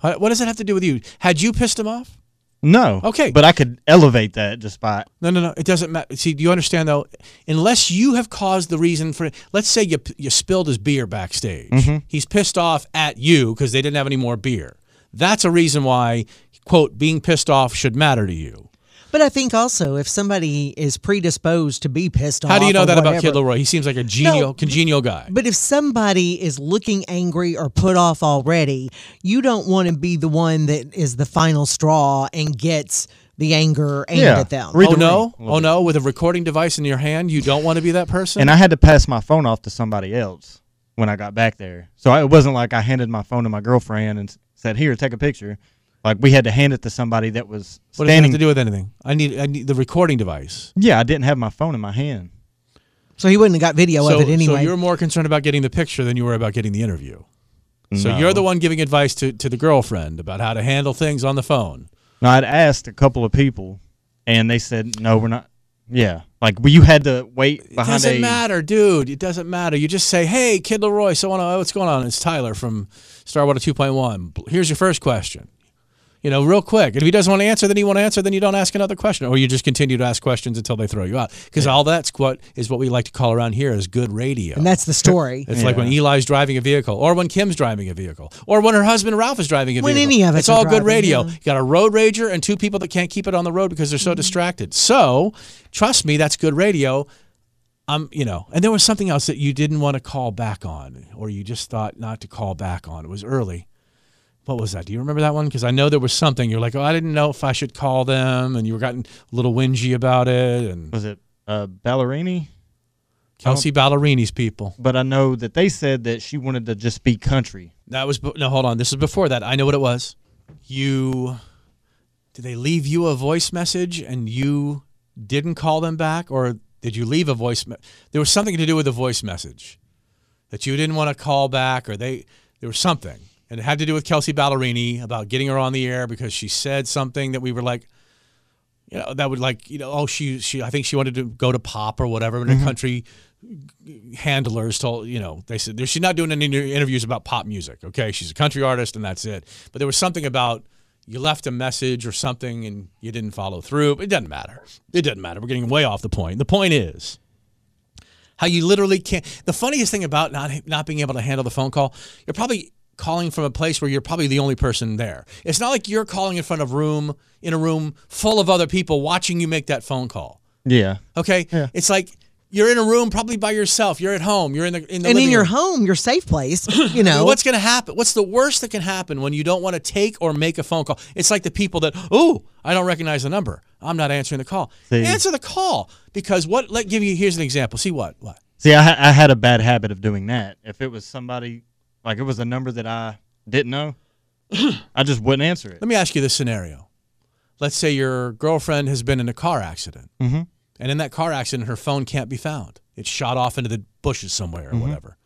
What what does it have to do with you? Had you pissed him off? No. Okay. But I could elevate that just by No, no, no. It doesn't matter. See, do you understand though? Unless you have caused the reason for, let's say you you spilled his beer backstage. Mm-hmm. He's pissed off at you because they didn't have any more beer. That's a reason why, quote, being pissed off should matter to you. But I think also if somebody is predisposed to be pissed off. How do you know or that about whatever- Kid Leroy? He seems like a genial, No. congenial guy. But if somebody is looking angry or put off already, you don't want to be the one that is the final straw and gets the anger aimed Yeah. at them. Read oh the no! room a little Oh no! With a recording device in your hand, you don't want to be that person. and I had to pass my phone off to somebody else when I got back there. So I, it wasn't like I handed my phone to my girlfriend and s- said, "Here, take a picture." Like we had to hand it to somebody that was what does that have standing. to do with anything? I need, I need the recording device. yeah, I didn't have my phone in my hand. So he wouldn't have got video so, of it so anyway. you're more concerned about getting the picture than you were about getting the interview. So No. you're the one giving advice to, to the girlfriend about how to handle things on the phone. No, I'd asked a couple of people, and they said, "No, we're not." Yeah, like well, you had to wait It behind doesn't a. matter, dude. It doesn't matter. You just say, "Hey, Kid Leroy, so on. uh, What's going on? It's Tyler from Starwater 2.1. B- Here's your first question." You know, real quick. And if he doesn't want to answer, then he won't answer. Then you don't ask another question, or you just continue to ask questions until they throw you out. Because all that's what is what we like to call around here is good radio. and that's <laughs> the story. It's like when Eli's driving a vehicle, or when Kim's driving a vehicle, or when her husband Ralph is driving a When vehicle. any of us it's are all driving, good radio. yeah. Mm-hmm. You got a road rager and two people that can't keep it on the road because they're so distracted. So, trust me, that's good radio. Um, you know, and there was something else that you didn't want to call back on, or you just thought not to call back on. It was early. What was that? Do you remember that one? Because I know there was something. You're like, oh, I didn't know if I should call them, and you were gotten a little whingy about it. And Oh. Was it uh, Ballerini? Kelsey Ballerini's people. But I know that they said that she wanted to just be country. That was be- no. Hold on. This is before that. I know what it was. You did they leave you a voice message and you didn't call them back, or did you leave a voice? Me- there was something to do with the voice message that you didn't want to call back, or they there was something, and it had to do with Kelsey Ballerini about getting her on the air because she said something that we were like. You know that would like you know oh she she I think she wanted to go to pop or whatever in the country handlers told you know they said she's not doing any inter- interviews about pop music okay she's a country artist and that's it but there was something about you left a message or something and you didn't follow through it doesn't matter it doesn't matter we're getting way off the point the point is how you literally can't the funniest thing about not not being able to handle the phone call you're probably calling from a place where you're probably the only person there it's not like you're calling in front of room in a room full of other people watching you make that phone call Yeah. Okay, Yeah. it's like you're in a room probably by yourself. You're at home. You're in the in the and in living your room. home, your safe <laughs> place, you I mean, know. What's going to happen? What's the worst that can happen when you don't want to take or make a phone call? It's like the people that, oh, I don't recognize the number. I'm not answering the call. See. Answer the call because what? Let give you here's an example. See what? What? See, I, ha- I had a bad habit of doing that. If it was somebody, like it was a number that I <clears throat> didn't know, I just wouldn't answer it. Let me ask you this scenario. Let's say your girlfriend has been in a car accident, Mhm. and in that car accident, her phone can't be found. It's shot off into the bushes somewhere or whatever.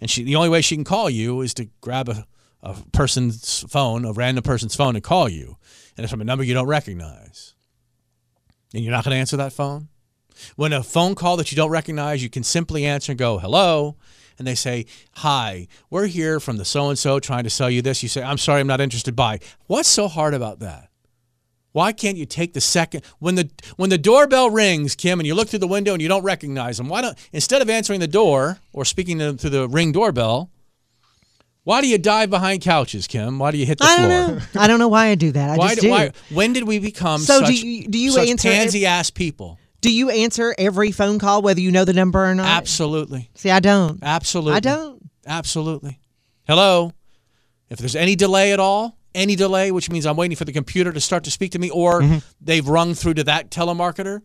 And she, the only way she can call you is to grab a, a person's phone, a random person's phone, and call you. And it's from a number you don't recognize. And you're not going to answer that phone? When a phone call that you don't recognize, you can simply answer and go, hello. And they say, hi, we're here from the so and so trying to sell you this. You say, I'm sorry, I'm not interested. Bye. What's so hard about that? Why can't you take the second when the when the doorbell rings, Kim, and you look through the window and you don't recognize them? Why don't instead of answering the door or speaking to them through the ring doorbell, why do you dive behind couches, Kim? Why do you hit the I floor? don't know. I don't know why I do that. I why, just do, do. why when did we become So do such, you- do you such answer ev- pansy ass people? Do you answer every phone call whether you know the number or not? Absolutely. See, I don't. Absolutely. I don't. Absolutely. Hello. If there's any delay at all, any delay, which means I'm waiting for the computer to start to speak to me, or they've rung through to that telemarketer.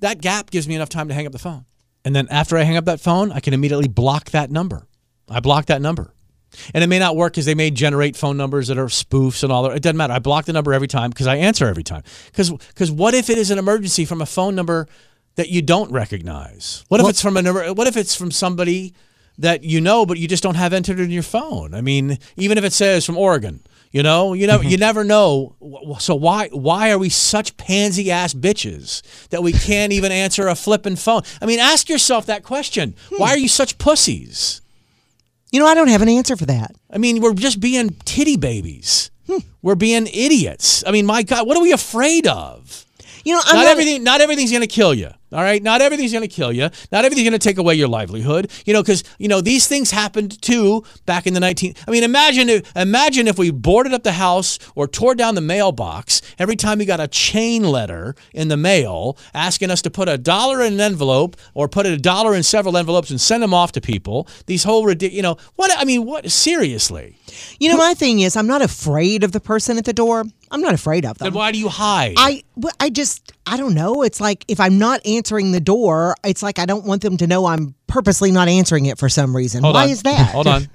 That gap gives me enough time to hang up the phone. And then after I hang up that phone, I can immediately block that number. I block that number. And it may not work because they may generate phone numbers that are spoofs and all that. It doesn't matter. I block the number every time because I answer every time. Because what if it is an emergency from a phone number that you don't recognize? What if it's from a number? What if it's from somebody that you know but you just don't have entered in your phone? I mean, even if it says from Oregon, you know, you never you never know. W- So why why are we such pansy ass bitches that we can't even answer a flippin' phone? I mean, ask yourself that question. Why are you such pussies? You know, I don't have an answer for that. I mean, we're just being titty babies. We're being idiots. I mean, my God, what are we afraid of? You know, I'm not, not- everything. Not everything's going to kill you. All right, not everything's going to kill you. Not everything's going to take away your livelihood. You know, because you know these things happened too back in the 19. I mean, imagine if imagine if we boarded up the house or tore down the mailbox every time we got a chain letter in the mail asking us to put a dollar in an envelope or put a dollar in several envelopes and send them off to people. These whole ridiculous. You know what? I mean, what? Seriously. You know, my thing is, I'm not afraid of the person at the door. I'm not afraid of them. Then why do you hide? I, well, I just, I don't know. It's like if I'm not answering the door, it's like I don't want them to know I'm purposely not answering it for some reason. Hold Why on. is that? Hold on.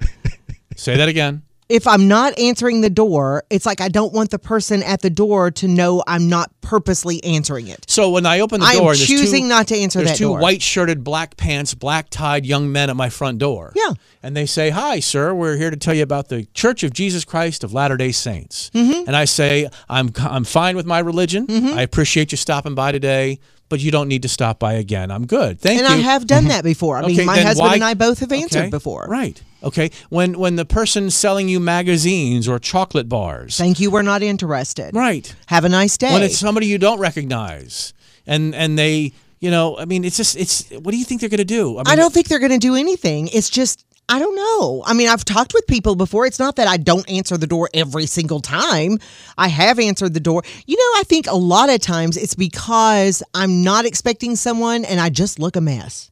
Say that again. If I'm not answering the door, it's like I don't want the person at the door to know I'm not purposely answering it. So when I open the I am door, and there's choosing two, not to answer there's that two door. white-shirted, black pants, black-tied young men at my front door. Yeah. and they say, "Hi, sir. We're here to tell you about the Church of Jesus Christ of Latter-day Saints." Mhm. And I say, "I'm I'm fine with my religion. Mm-hmm. I appreciate you stopping by today, but you don't need to stop by again. I'm good. Thank and you." I have done that before. I mean, Mm-hmm. Okay, my then husband why- and I both have answered Okay, before. Right. Okay. When when the person selling you magazines or chocolate bars Thank you. We're not interested. Right. Have a nice day. When it's somebody you don't recognize, and and they, you know, I mean, it's just, it's. What do you think they're going to do? I, mean, I don't think they're going to do anything. It's just I don't know. I mean, I've talked with people before. It's not that I don't answer the door every single time. I have answered the door. You know, I think a lot of times it's because I'm not expecting someone and I just look a mess.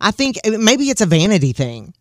I think uh, maybe it's a vanity thing.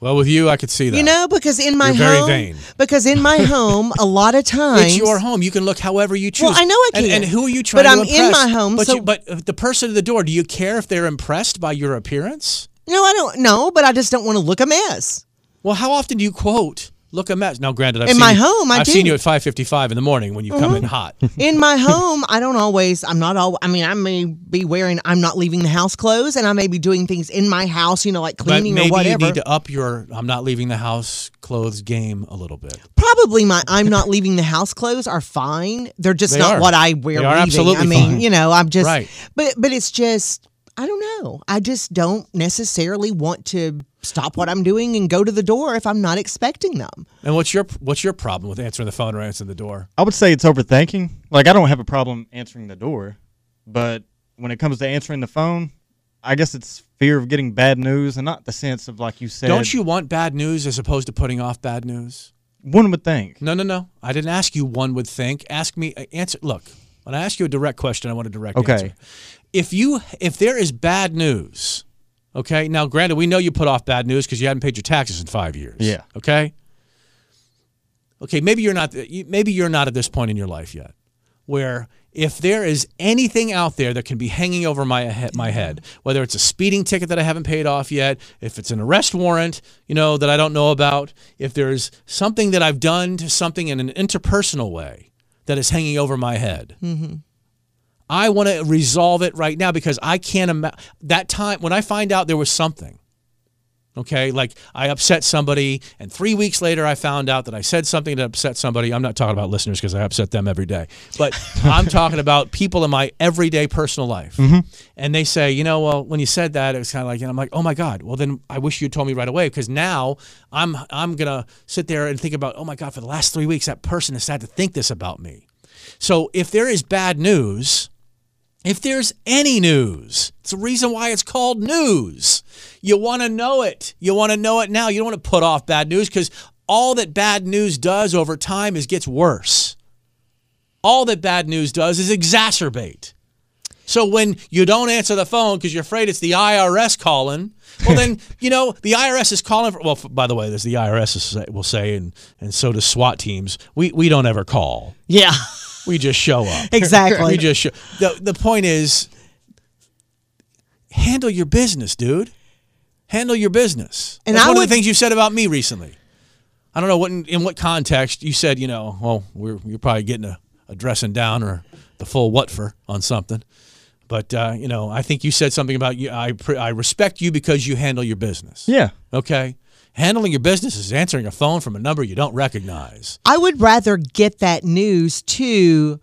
Well, with you, I could see that. You know, because in my You're home very vain. because in my home a lot of times <laughs> It's your home. You can look however you choose. Well, I know I And- can. And, who are you But trying to I'm in impress? my home, But, so- you, but uh, the person at the door, do you care if they're impressed by your appearance? No, I don't know, but I just don't want to look a mess. Well, how often do you quote "look a mess"? Now, granted, I've In seen my you- home, I I've seen do. you at five fifty-five in the morning when you come Mhm. in <laughs> hot. in my home, I don't always, I'm not all, I mean, I may be wearing, I'm not leaving the house clothes and I may be doing things in my house, you know, like but cleaning maybe or you whatever. need to up your "I'm not leaving the house" clothes game a little bit. Probably my I'm not leaving the house clothes are fine. They're just They not are. what I wear They are leaving. absolutely I mean, fine. you know, I'm just, Right. but, but it's just, I don't know. I just don't necessarily want to stop what I'm doing and go to the door if I'm not expecting them. And what's your what's your problem with answering the phone or answering the door? I would say it's overthinking. Like I don't have a problem answering the door, but when it comes to answering the phone, I guess it's fear of getting bad news and not the sense of like you said. Don't you want bad news as opposed to putting off bad news? One would think. No, no, no. I didn't ask you. One would think. Ask me. uh, Answer. Look, when I ask you a direct question, I want a direct Okay. answer. If you, if there is bad news, okay. Now, granted, we know you put off bad news because you hadn't paid your taxes in five years. Yeah. Okay. Okay. Maybe you're not. you- Maybe you're not at this point in your life yet, where if there is anything out there that can be hanging over my he- my head, whether it's a speeding ticket that I haven't paid off yet, if it's an arrest warrant, you know that I don't know about, if there's something that I've done to something in an interpersonal way that is hanging over my head, Mm-hmm. I want to resolve it right now because I can't imagine that time when I find out there was something. Okay, like I upset somebody, and three weeks later I found out that I said something that upset somebody. I'm not talking about listeners because I upset them every day, but I'm talking about people in my everyday personal life. Mhm. And they say, you know, well, when you said that, it was kind of like, and I'm like, oh my god. Well, then I wish you would told me right away because now I'm I'm gonna sit there and think about, oh my god, for the last three weeks that person has had to think this about me. So if there is bad news, if there's any news, it's the reason why it's called news. You want to know it. You want to know it now. You don't want to put off bad news because all that bad news does over time is gets worse. All that bad news does is exacerbate. So when you don't answer the phone because you're afraid it's the IRS calling, well then you know the IRS is calling for. Well, f- by the way, there's the IRS is say- will say, and and so does SWAT teams. We we don't ever call. Yeah. We just show up. <laughs> <laughs> Exactly. we just show. The the point is, handle your business, dude. Handle your business. And That's I one of would- the things you've said about me recently. I don't know what in, in what context you said. You know, well, we're you're probably getting a, a dressing down or the full what for on something. But uh, you know, I think you said something about you. I pre- I respect you because you handle your business. Yeah. Okay. Handling your business is answering a phone from a number you don't recognize. I would rather get that news too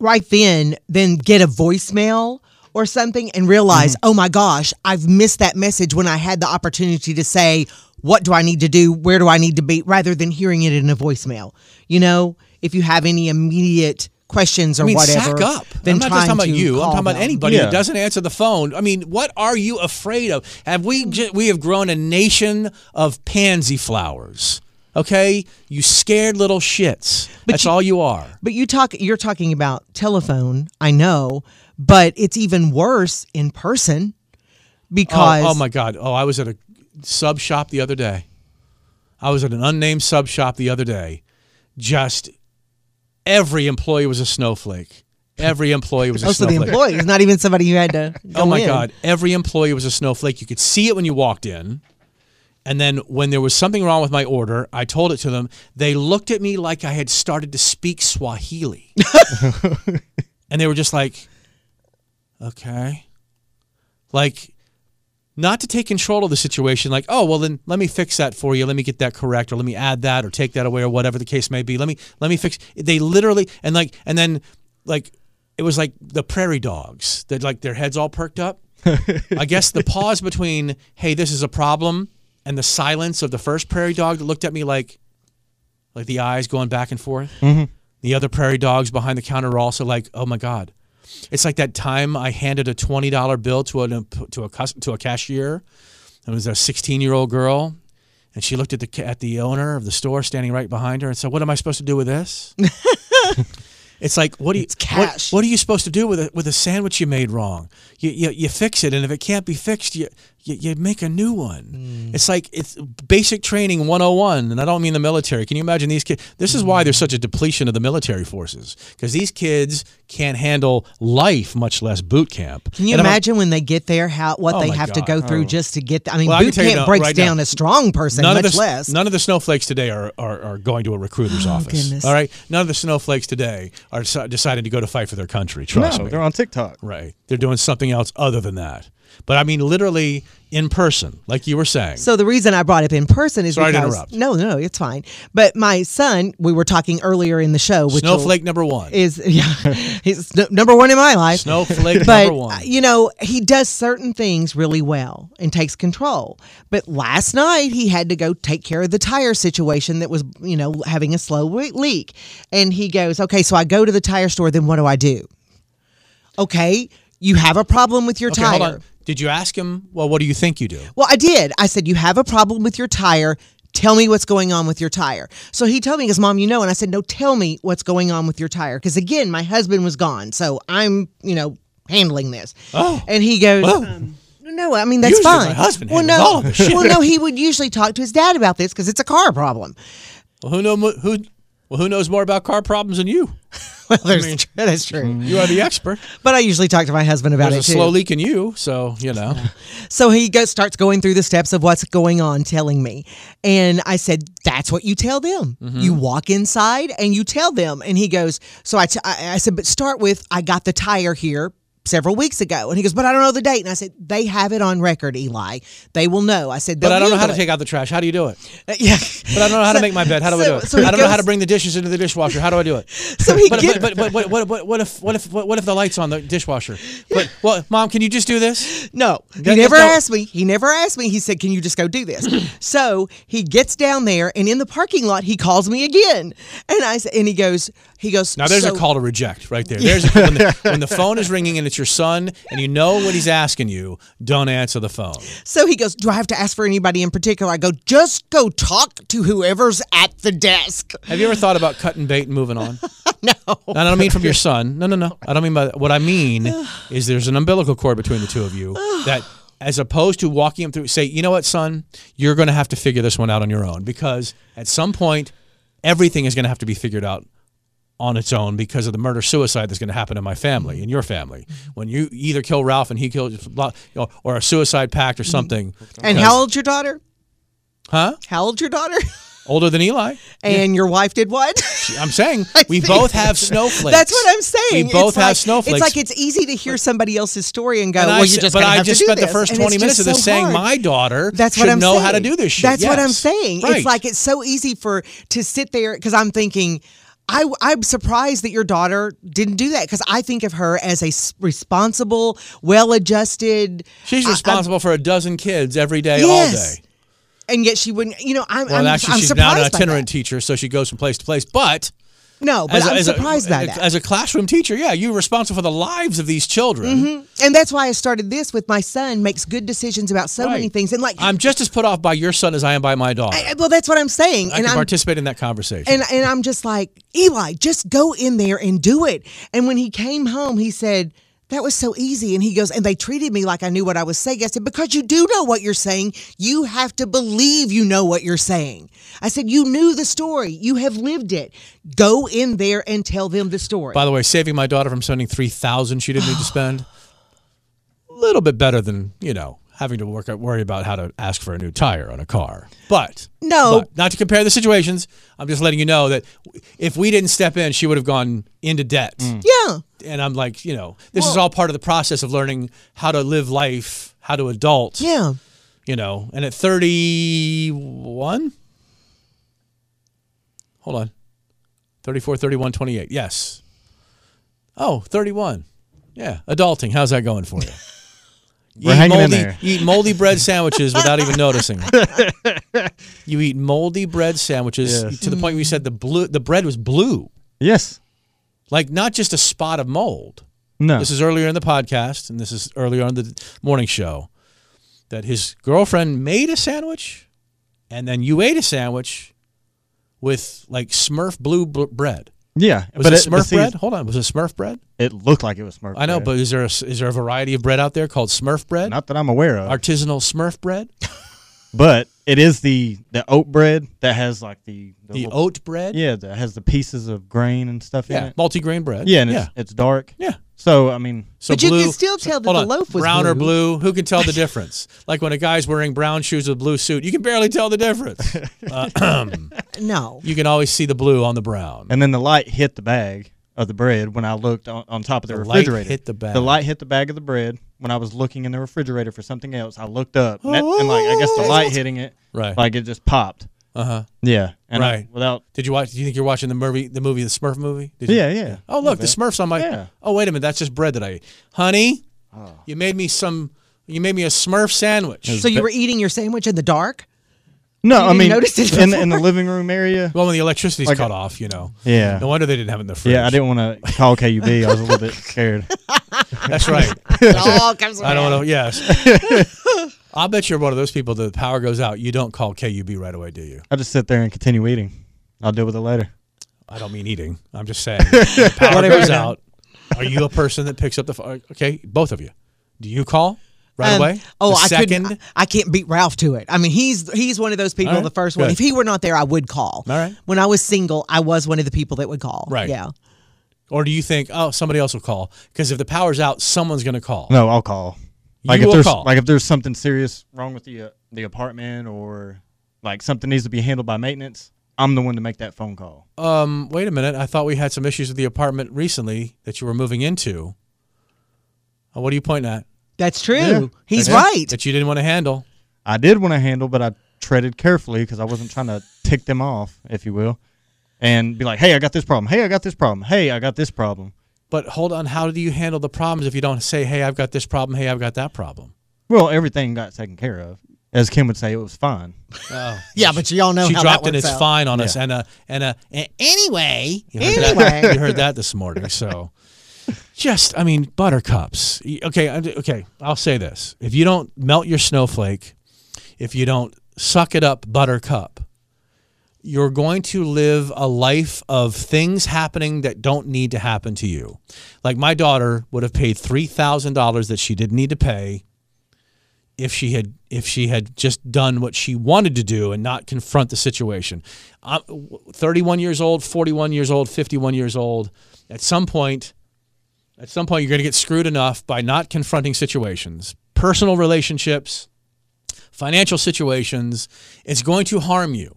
right then than get a voicemail or something and realize, Mm-hmm. oh my gosh, I've missed that message when I had the opportunity to say, what do I need to do? Where do I need to be? Rather than hearing it in a voicemail. You know, if you have any immediate questions or I mean, whatever, sack up. then I'm not just trying talking about to you. I'm call talking about them. anybody Yeah. who doesn't answer the phone. I mean, what are you afraid of? Have we ju- we have grown a nation of pansy flowers? Okay, you scared little shits. That's all you are. But you talk you're talking about telephone, I know, but it's even worse in person because Oh, oh my God. Oh, I was at a sub shop the other day. I was at an unnamed sub shop the other day. Just every employee was a snowflake. Every employee was a Oh, so the snowflake. employee is not even somebody you <laughs> had to. oh go my in. god every employee was a snowflake you could see it when you walked in and then when there was something wrong with my order i told it to them they looked at me like i had started to speak swahili and they were just like okay like not to take control of the situation like oh well then let me fix that for you let me get that correct or let me add that or take that away or whatever the case may be let me let me fix they literally and like and then like it was like the prairie dogs that like their heads all perked up i guess the pause between hey this is a problem and the silence of the first prairie dog that looked at me like like the eyes going back and forth the other prairie dogs behind the counter are also like, "Oh my god." It's like that time I handed a $20 bill to an to a cus- to a cashier. It was a 16-year-old girl and she looked at the ca- at the owner of the store standing right behind her and said, "What am I supposed to do with this?" It's like what do you what- cash. What, are you supposed to do with a with a sandwich you made wrong? You you, you fix it, and if it can't be fixed, you you, you make a new Hmm. one. It's like it's basic training 101, and I don't mean the military. Can you imagine these kids? This is why there's Hmm. such a depletion of the military forces because these kids can't handle life, much less boot camp. Can you And I'm- imagine when they get there how what Oh they my have to God. go through just to get? I mean, Well, I can boot tell you camp now- breaks right now, down a strong person, None much of the, less. Oh, None of the snowflakes today are, are, are going to a recruiter's office. goodness. All right, none of the snowflakes today are deci- deciding to go to fight for their country. Trust No, me, they're on TikTok. Right. They're doing something else other than that. But I mean, literally in person, like you were saying. So the reason I brought it up in person is Sorry to because interrupt. no, no, it's fine. But my son, we were talking earlier in the show, which will- Snowflake number one. is <laughs> yeah, he's n- number one in my life. <laughs> Snowflake but number one. uh, you know he does certain things really well and takes control but last night he had to go take care of the tire situation that was you know having a slow le- leak and he goes okay so i go to the tire store then what do i do okay you have a problem with your okay, tire hold on. Did you ask him, well, what do you think you do? well, I did. I said, You have a problem with your tire. Tell me what's going on with your tire. So he told me, his mom, you know, and I said, No, tell me what's going on with your tire. Because again, my husband was gone. So I'm, you know, handling this. Oh. And he goes, Well. um, no, I mean that's Usually my fine. husband well, handles no, all of this shit. well, no, he would usually talk to his dad about this because it's a car problem. <laughs> Well, who, know, mo- who, well, who knows more about car problems than you? Well, there's, <laughs> that's true. You are <laughs> the expert. But I usually talk to my husband about mm. There's a it too. slow leak in you, so, you know. So he goes, starts going through the steps of what's going on, telling me. And I said, That's what you tell them. You Mm-hmm. walk inside and you tell them. And he goes, So I, t- I, I said, But start with, I got the tire here several weeks ago. And he goes, But I don't know the date. And I said, They have it on record, Eli. They will know. I said, But I don't know how to "They'll take out the trash. How do you do it? handle it." <laughs> Yeah. But I don't know how to make my bed. How do so- I do it? so he I don't know how goes- to bring the dishes into the dishwasher. How do I do it? <laughs> So <laughs> <laughs> he but, get- but, but, but what, what, what if what if what, what if the lights on the dishwasher? But well, mom, can you just do this? No, he That- never that's not- asked me. He never asked me. He said, "Can you just go do this?" <clears throat> so he gets down there, and in the parking lot, he calls me again, and I s- and he goes, he goes. Now there's "So- a call to reject right <laughs> there. There's a, when, the, when the phone is ringing and it's your son and you know what he's asking you, don't answer the phone. So he goes, "Do I have to ask for anybody in particular?" I go, "Just go talk to whoever's at the desk." Have you ever thought about cutting bait and moving on? No, I don't mean from your son. No, no, no. I don't mean by that. What I mean is there's an umbilical cord between the two of you that, as opposed to walking him through, say, you know what, son, you're going to have to figure this one out on your own because at some point, everything is going to have to be figured out on its own because of the murder suicide that's going to happen in my family, in your family. When you either kill Ralph and he kills, blah, you know, or a suicide pact or something. And Because- how old's your daughter? Huh? How old's your daughter? <laughs> Older than Eli. And your wife did what? <laughs> I'm saying we both have snowflakes. That's what I'm saying. We both It's have like- snowflakes. It's like it's easy to hear somebody else's story and go, And I "Well, s- you're just but gonna I have just to do spent the this." first And 20 it's minutes of just this so saying hard. my daughter That's should what I'm know saying. how to do this shit. That's what I'm Yes. saying. Right. It's like it's so easy for to sit there because I'm thinking. I, I'm surprised that your daughter didn't do that because I think of her as a s- responsible, well-adjusted. She's I- I'm- responsible for a dozen kids every day, Yes. all day. and yet she wouldn't. You know, I'm. Well, I'm, actually, I'm she's now surprised an by itinerant teacher, so she goes from place to place. But that. No, but as a- I'm as a- surprised by as- that. As a classroom teacher, yeah, you're responsible for the lives of these children. Mhm. And that's why I started this with my son makes good decisions about so many Right. things. And like, I'm just as put off by your son as I am by my daughter. I, I- well, that's what I'm saying. can and I'm participate in that conversation. and and I'm just like Eli, just go in there and do it. And when he came home, he said. That was so easy. And he goes, and they treated me like I knew what I was saying. I said, because you do know what you're saying. You have to believe you know what you're saying. I said, you knew the story. You have lived it. Go in there and tell them the story. By the way, saving my daughter from spending three thousand she didn't need to spend. A little bit better than you know having to work out, worry about how to ask for a new tire on a car. But No. but not to compare the situations. I'm just letting you know that if we didn't step in, she would have gone into debt. yeah. And I'm like, you know, this is all part of the process of learning how to live life, how to adult. Yeah. You know, and at 31, hold on, 34, 31, 28. Yes. Oh, 31. Yeah. Adulting. How's that going for you? You <laughs> We're eat hanging in moldy, there. You <laughs> eat moldy bread sandwiches without even <laughs> noticing. you eat moldy bread sandwiches Yes. to the point where you said the blue, the bread was blue, Yes. like not just a spot of mold. No. This is earlier in the podcast, and this is earlier on the morning show that his girlfriend made a sandwich, and then you ate a sandwich with like Smurf blue bl- bread. yeah. Was it, but Smurf see, bread? Hold on, was it Smurf bread? It looked like it was Smurf. I know, bread. but is there a, is there a variety of bread out there called Smurf bread? not that I'm aware of. Artisanal Smurf bread, But it is the the oat bread that has like the the little- oat bread, Yeah, that has the pieces of grain and stuff in yeah, it. multigrain bread, Yeah, and yeah, It's, it's dark. yeah. So I mean, So But you blue, can still tell that hold the on, loaf was brown or blue. blue. Who can <laughs> tell the difference? like when a guy's wearing brown shoes with a blue suit, you can barely tell the difference. Uh, No. you can always see the blue on the brown. and then the light hit the bag of the bread when I looked on, on top of the, The light refrigerator. hit the bag. The light hit the bag of the bread when I was looking in the refrigerator for something else. I looked up and, that- and, like I guess the light hitting it, Right. Like it just popped. Uh huh. Yeah, and I- Right. without Did you watch? Do you think you're watching the movie, the movie, the Smurf movie? Did you- yeah, yeah. Oh look, the Smurfs on my. Yeah. Oh. Oh wait a minute, that's just bread that I ate, honey. You made me some. You made me a Smurf sandwich. So you were eating your sandwich in the dark? <laughs> No, I didn't mean notice it in the, in the before? living <laughs> room area. Well, when the electricity's Like cut a- off, you know. Yeah. No wonder they didn't have it in the fridge. Yeah, <laughs> I didn't want to call KUB. I was a little bit scared. That's right. It all comes I don't around. know. <laughs> Yes. I'll bet you're one of those people that the power goes out. You don't call KUB right away, do you? I just sit there and continue eating. I'll deal with it later. I don't mean eating. I'm just saying. <laughs> The power goes out. Are you a person that picks up the phone? Okay, both of you. Do you call right Um, away? Oh, The I second. couldn't. I can't beat Ralph to it. I mean, he's he's one of those people. All right, The first one. good. If he were not there, I would call. All right. When I was single, I was one of the people that would call. Right. Yeah. Or do you think, oh, somebody else will call? Because if the power's out, someone's going to call. No, I'll call. Like You if will there's call. like if there's something serious wrong with the uh, the apartment or like something needs to be handled by maintenance, I'm the one to make that phone call. Um, wait a minute. I thought we had some issues with the apartment recently that you were moving into. Oh, what are you pointing at? That's true. Yeah. He's That- right. That you didn't want to handle. I did want to handle, but I treaded carefully because I wasn't trying to tick them off, if you will, and be like, "Hey, I got this problem. Hey, I got this problem. Hey, I got this problem." But hold on. How do you handle the problems if you don't say, hey, I've got this problem. Hey, I've got that problem? Well, everything got taken care of, as Kim would say. It was fine. <laughs> yeah, but y'all know she how dropped that an works it's out. fine on us and a and uh, a and anyway you heard, That, Anyway. <laughs> you heard that this morning so <laughs> just i mean buttercups Y- okay I'm- okay i'll say this if you don't melt your snowflake if you don't suck it up buttercup you're going to live a life of things happening that don't need to happen to you. Like my daughter would have paid $3,000 that she didn't need to pay if she had if she had just done what she wanted to do and not confront the situation. I'm 31 years old, 41 years old, 51 years old. At some point, at some point, you're going to get screwed enough by not confronting situations, personal relationships, financial situations. It's going to harm you.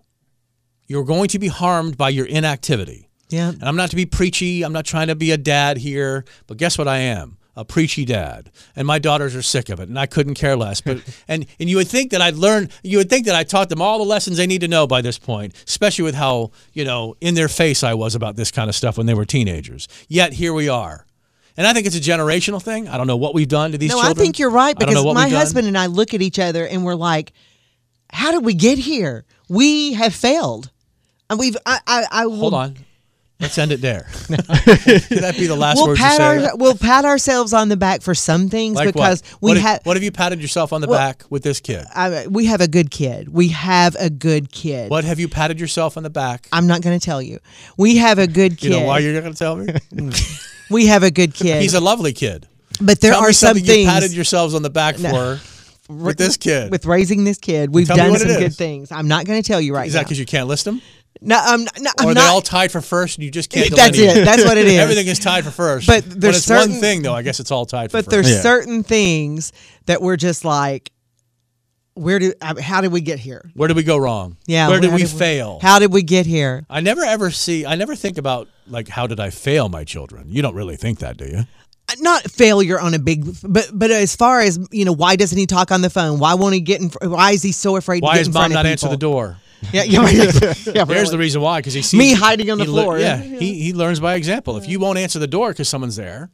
You're going to be harmed by your inactivity. Yeah. And I'm not to be preachy. I'm not trying to be a dad here, but guess what I am? A preachy dad. And my daughters are sick of it, and I couldn't care less. But and and you would think that I'd learned you would think that I taught them all the lessons they need to know by this point, especially with how, you know, in their face I was about this kind of stuff when they were teenagers. Yet here we are. And I think it's a generational thing. I don't know what we've done to these no, children. I think you're right I don't know because what my we've done. husband and I look at each other and we're like, "How did we get here? We have failed." And we've I I, I will, Hold on. Let's end it <laughs> there. <laughs> Could that be the last We'll word pat you say? our, we'll pat ourselves on the back for some things Like because what? we what, have have, what have you patted yourself on the Well- back with this kid? I, we have a good kid. We have a good kid. What have you patted yourself on the back? I'm not going to tell you. We have a good You kid. know why you're not going to tell <laughs> me? we have a good <laughs> kid. He's a lovely kid. but there Tell me are some something things you patted yourselves on the back <laughs> for with this kid. with raising this kid. We've Tell me done what it some good is. things. I'm not going to tell you right Is that now. because you can't list them, No, I'm not. No, I'm or are not they all tied for first and you just can't? <laughs> That's delineate? it. That's <laughs> what it is. Everything is tied for first. But When there's it's certain- one thing though. I guess it's all tied. but for first. there's certain things that we're just like, where do? I mean, How did we get here? Where did we go wrong? Yeah. Where did how we fail? How did we get here? I never ever see. I never think about like how did I fail my children. You don't really think that, do you? not failure on a big but but as far as you know why doesn't he talk on the phone why won't he get in fr- why is he so afraid Why to get is in mom front of not answer the people? door? yeah, yeah, <laughs> yeah, yeah There's really. the reason why, because he sees Me hiding on the he lear- floor. Yeah, he he learns by example. If you won't answer the door because someone's there,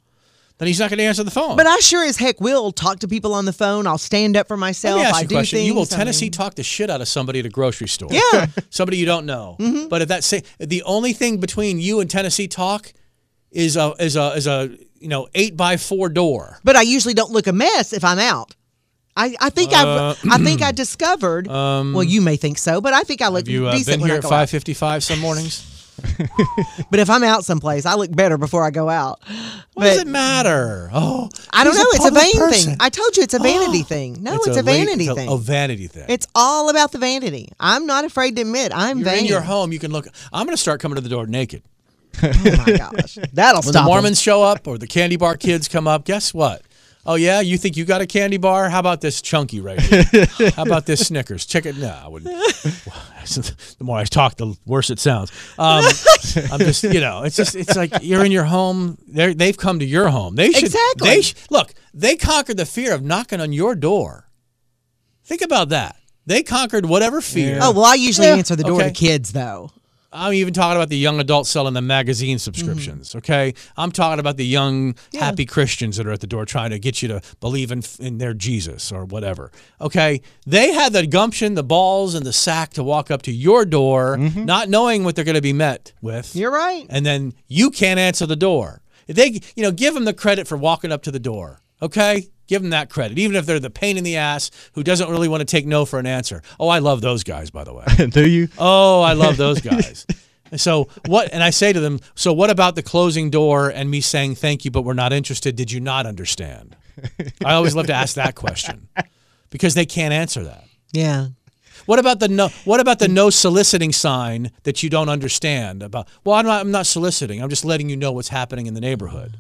then he's not going to answer the phone. but i sure as heck will talk to people on the phone i'll stand up for myself Let me ask i you a do question. things You will I mean- Tennessee talk the shit out of somebody at a grocery store. Yeah. <laughs> Mm-hmm. somebody you don't know. But if that same, the only thing between you and Tennessee talk is a is a is a you know eight by four door. but i usually don't look a mess if i'm out I, I think I've I <clears throat> think I discovered. well, you may think so, but I think I Uh, um, look Have you uh, decent been when here I at go five fifty five some <sighs> mornings? out. But if I'm out someplace, I look better before I go out. What does it But- matter? Oh, I don't she's know. it's a public vain person. thing. I told you it's <gasps> a vanity thing. No, it's, a, la- vanity it's a- thing. A vanity thing. It's all about the vanity. I'm not afraid to admit I'm You're vain. in your home. You can look. I'm going to start coming to the door naked. <laughs> Oh <laughs> my gosh, that'll When stop. the 'em. Mormons show up or the candy bar kids come up, guess what? Oh yeah, you think you got a candy bar? How about this chunky right <laughs> here? How about this Snickers? Check it. No, I wouldn't. <laughs> the more I talk, the worse it sounds. <laughs> Um, I'm just, you know, it's just, it's like you're in your home. They're, they've come to your home. They should. Exactly. They sh- look. They conquered the fear of knocking on your door. Think about that. They conquered whatever fear. Oh well, I usually answer the door Okay. to kids though. I'm even talking about the young adults selling the magazine subscriptions. Mm-hmm. Okay, I'm talking about the young happy Christians that are at the door trying to get you to believe in in their Jesus or whatever. Okay, they had the gumption, the balls, and the sack to walk up to your door, not knowing what they're going to be met with, Mm-hmm. You're right. and then you can't answer the door. They, you know, give them the credit for walking up to the door. Okay. Give them that credit, even if they're the pain in the ass who doesn't really want to take no for an answer. Oh, I love those guys, by the way. Do you? Oh, I love those guys. And so what? And I say to them, so what about the closing door and me saying thank you, but we're not interested? Did you not understand? I always love to ask that question because they can't answer that. Yeah. What about the no? What about the no soliciting sign that you don't understand about? Well, I'm not. I'm not soliciting. I'm just letting you know what's happening in the neighborhood.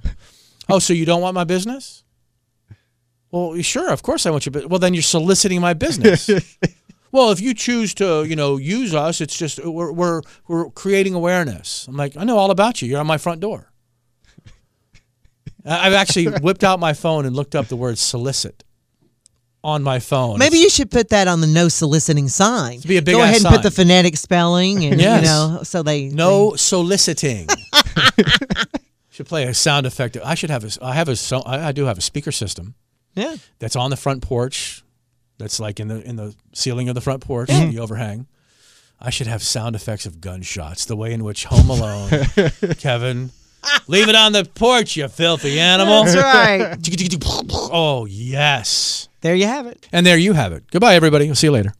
Oh, so you don't want my business? Well, sure. Of course, I want your business. Well, then you're soliciting my business. well, if you choose to, you know, use us, it's just we're we're, we're creating awareness. I'm like, I know all about you. You're on my front door. I- I've actually whipped out my phone and looked up the word solicit on my phone. Maybe you should put that on the no soliciting sign. be a big Go ass ahead and sign. put the phonetic spelling and Yes. you know so they No <laughs> soliciting. should play a sound effect. I should have a. I have a. so- I I do have a speaker system <laughs> they- yeah. that's on the front porch. That's like in the in the ceiling of the front porch, the overhang. I should have sound effects of gunshots. The way in which Home <laughs> Alone, Kevin, leave it on the porch, you filthy animal. That's right. <laughs> Oh yes. There you have it. And there you have it. Goodbye, everybody. We'll see you later.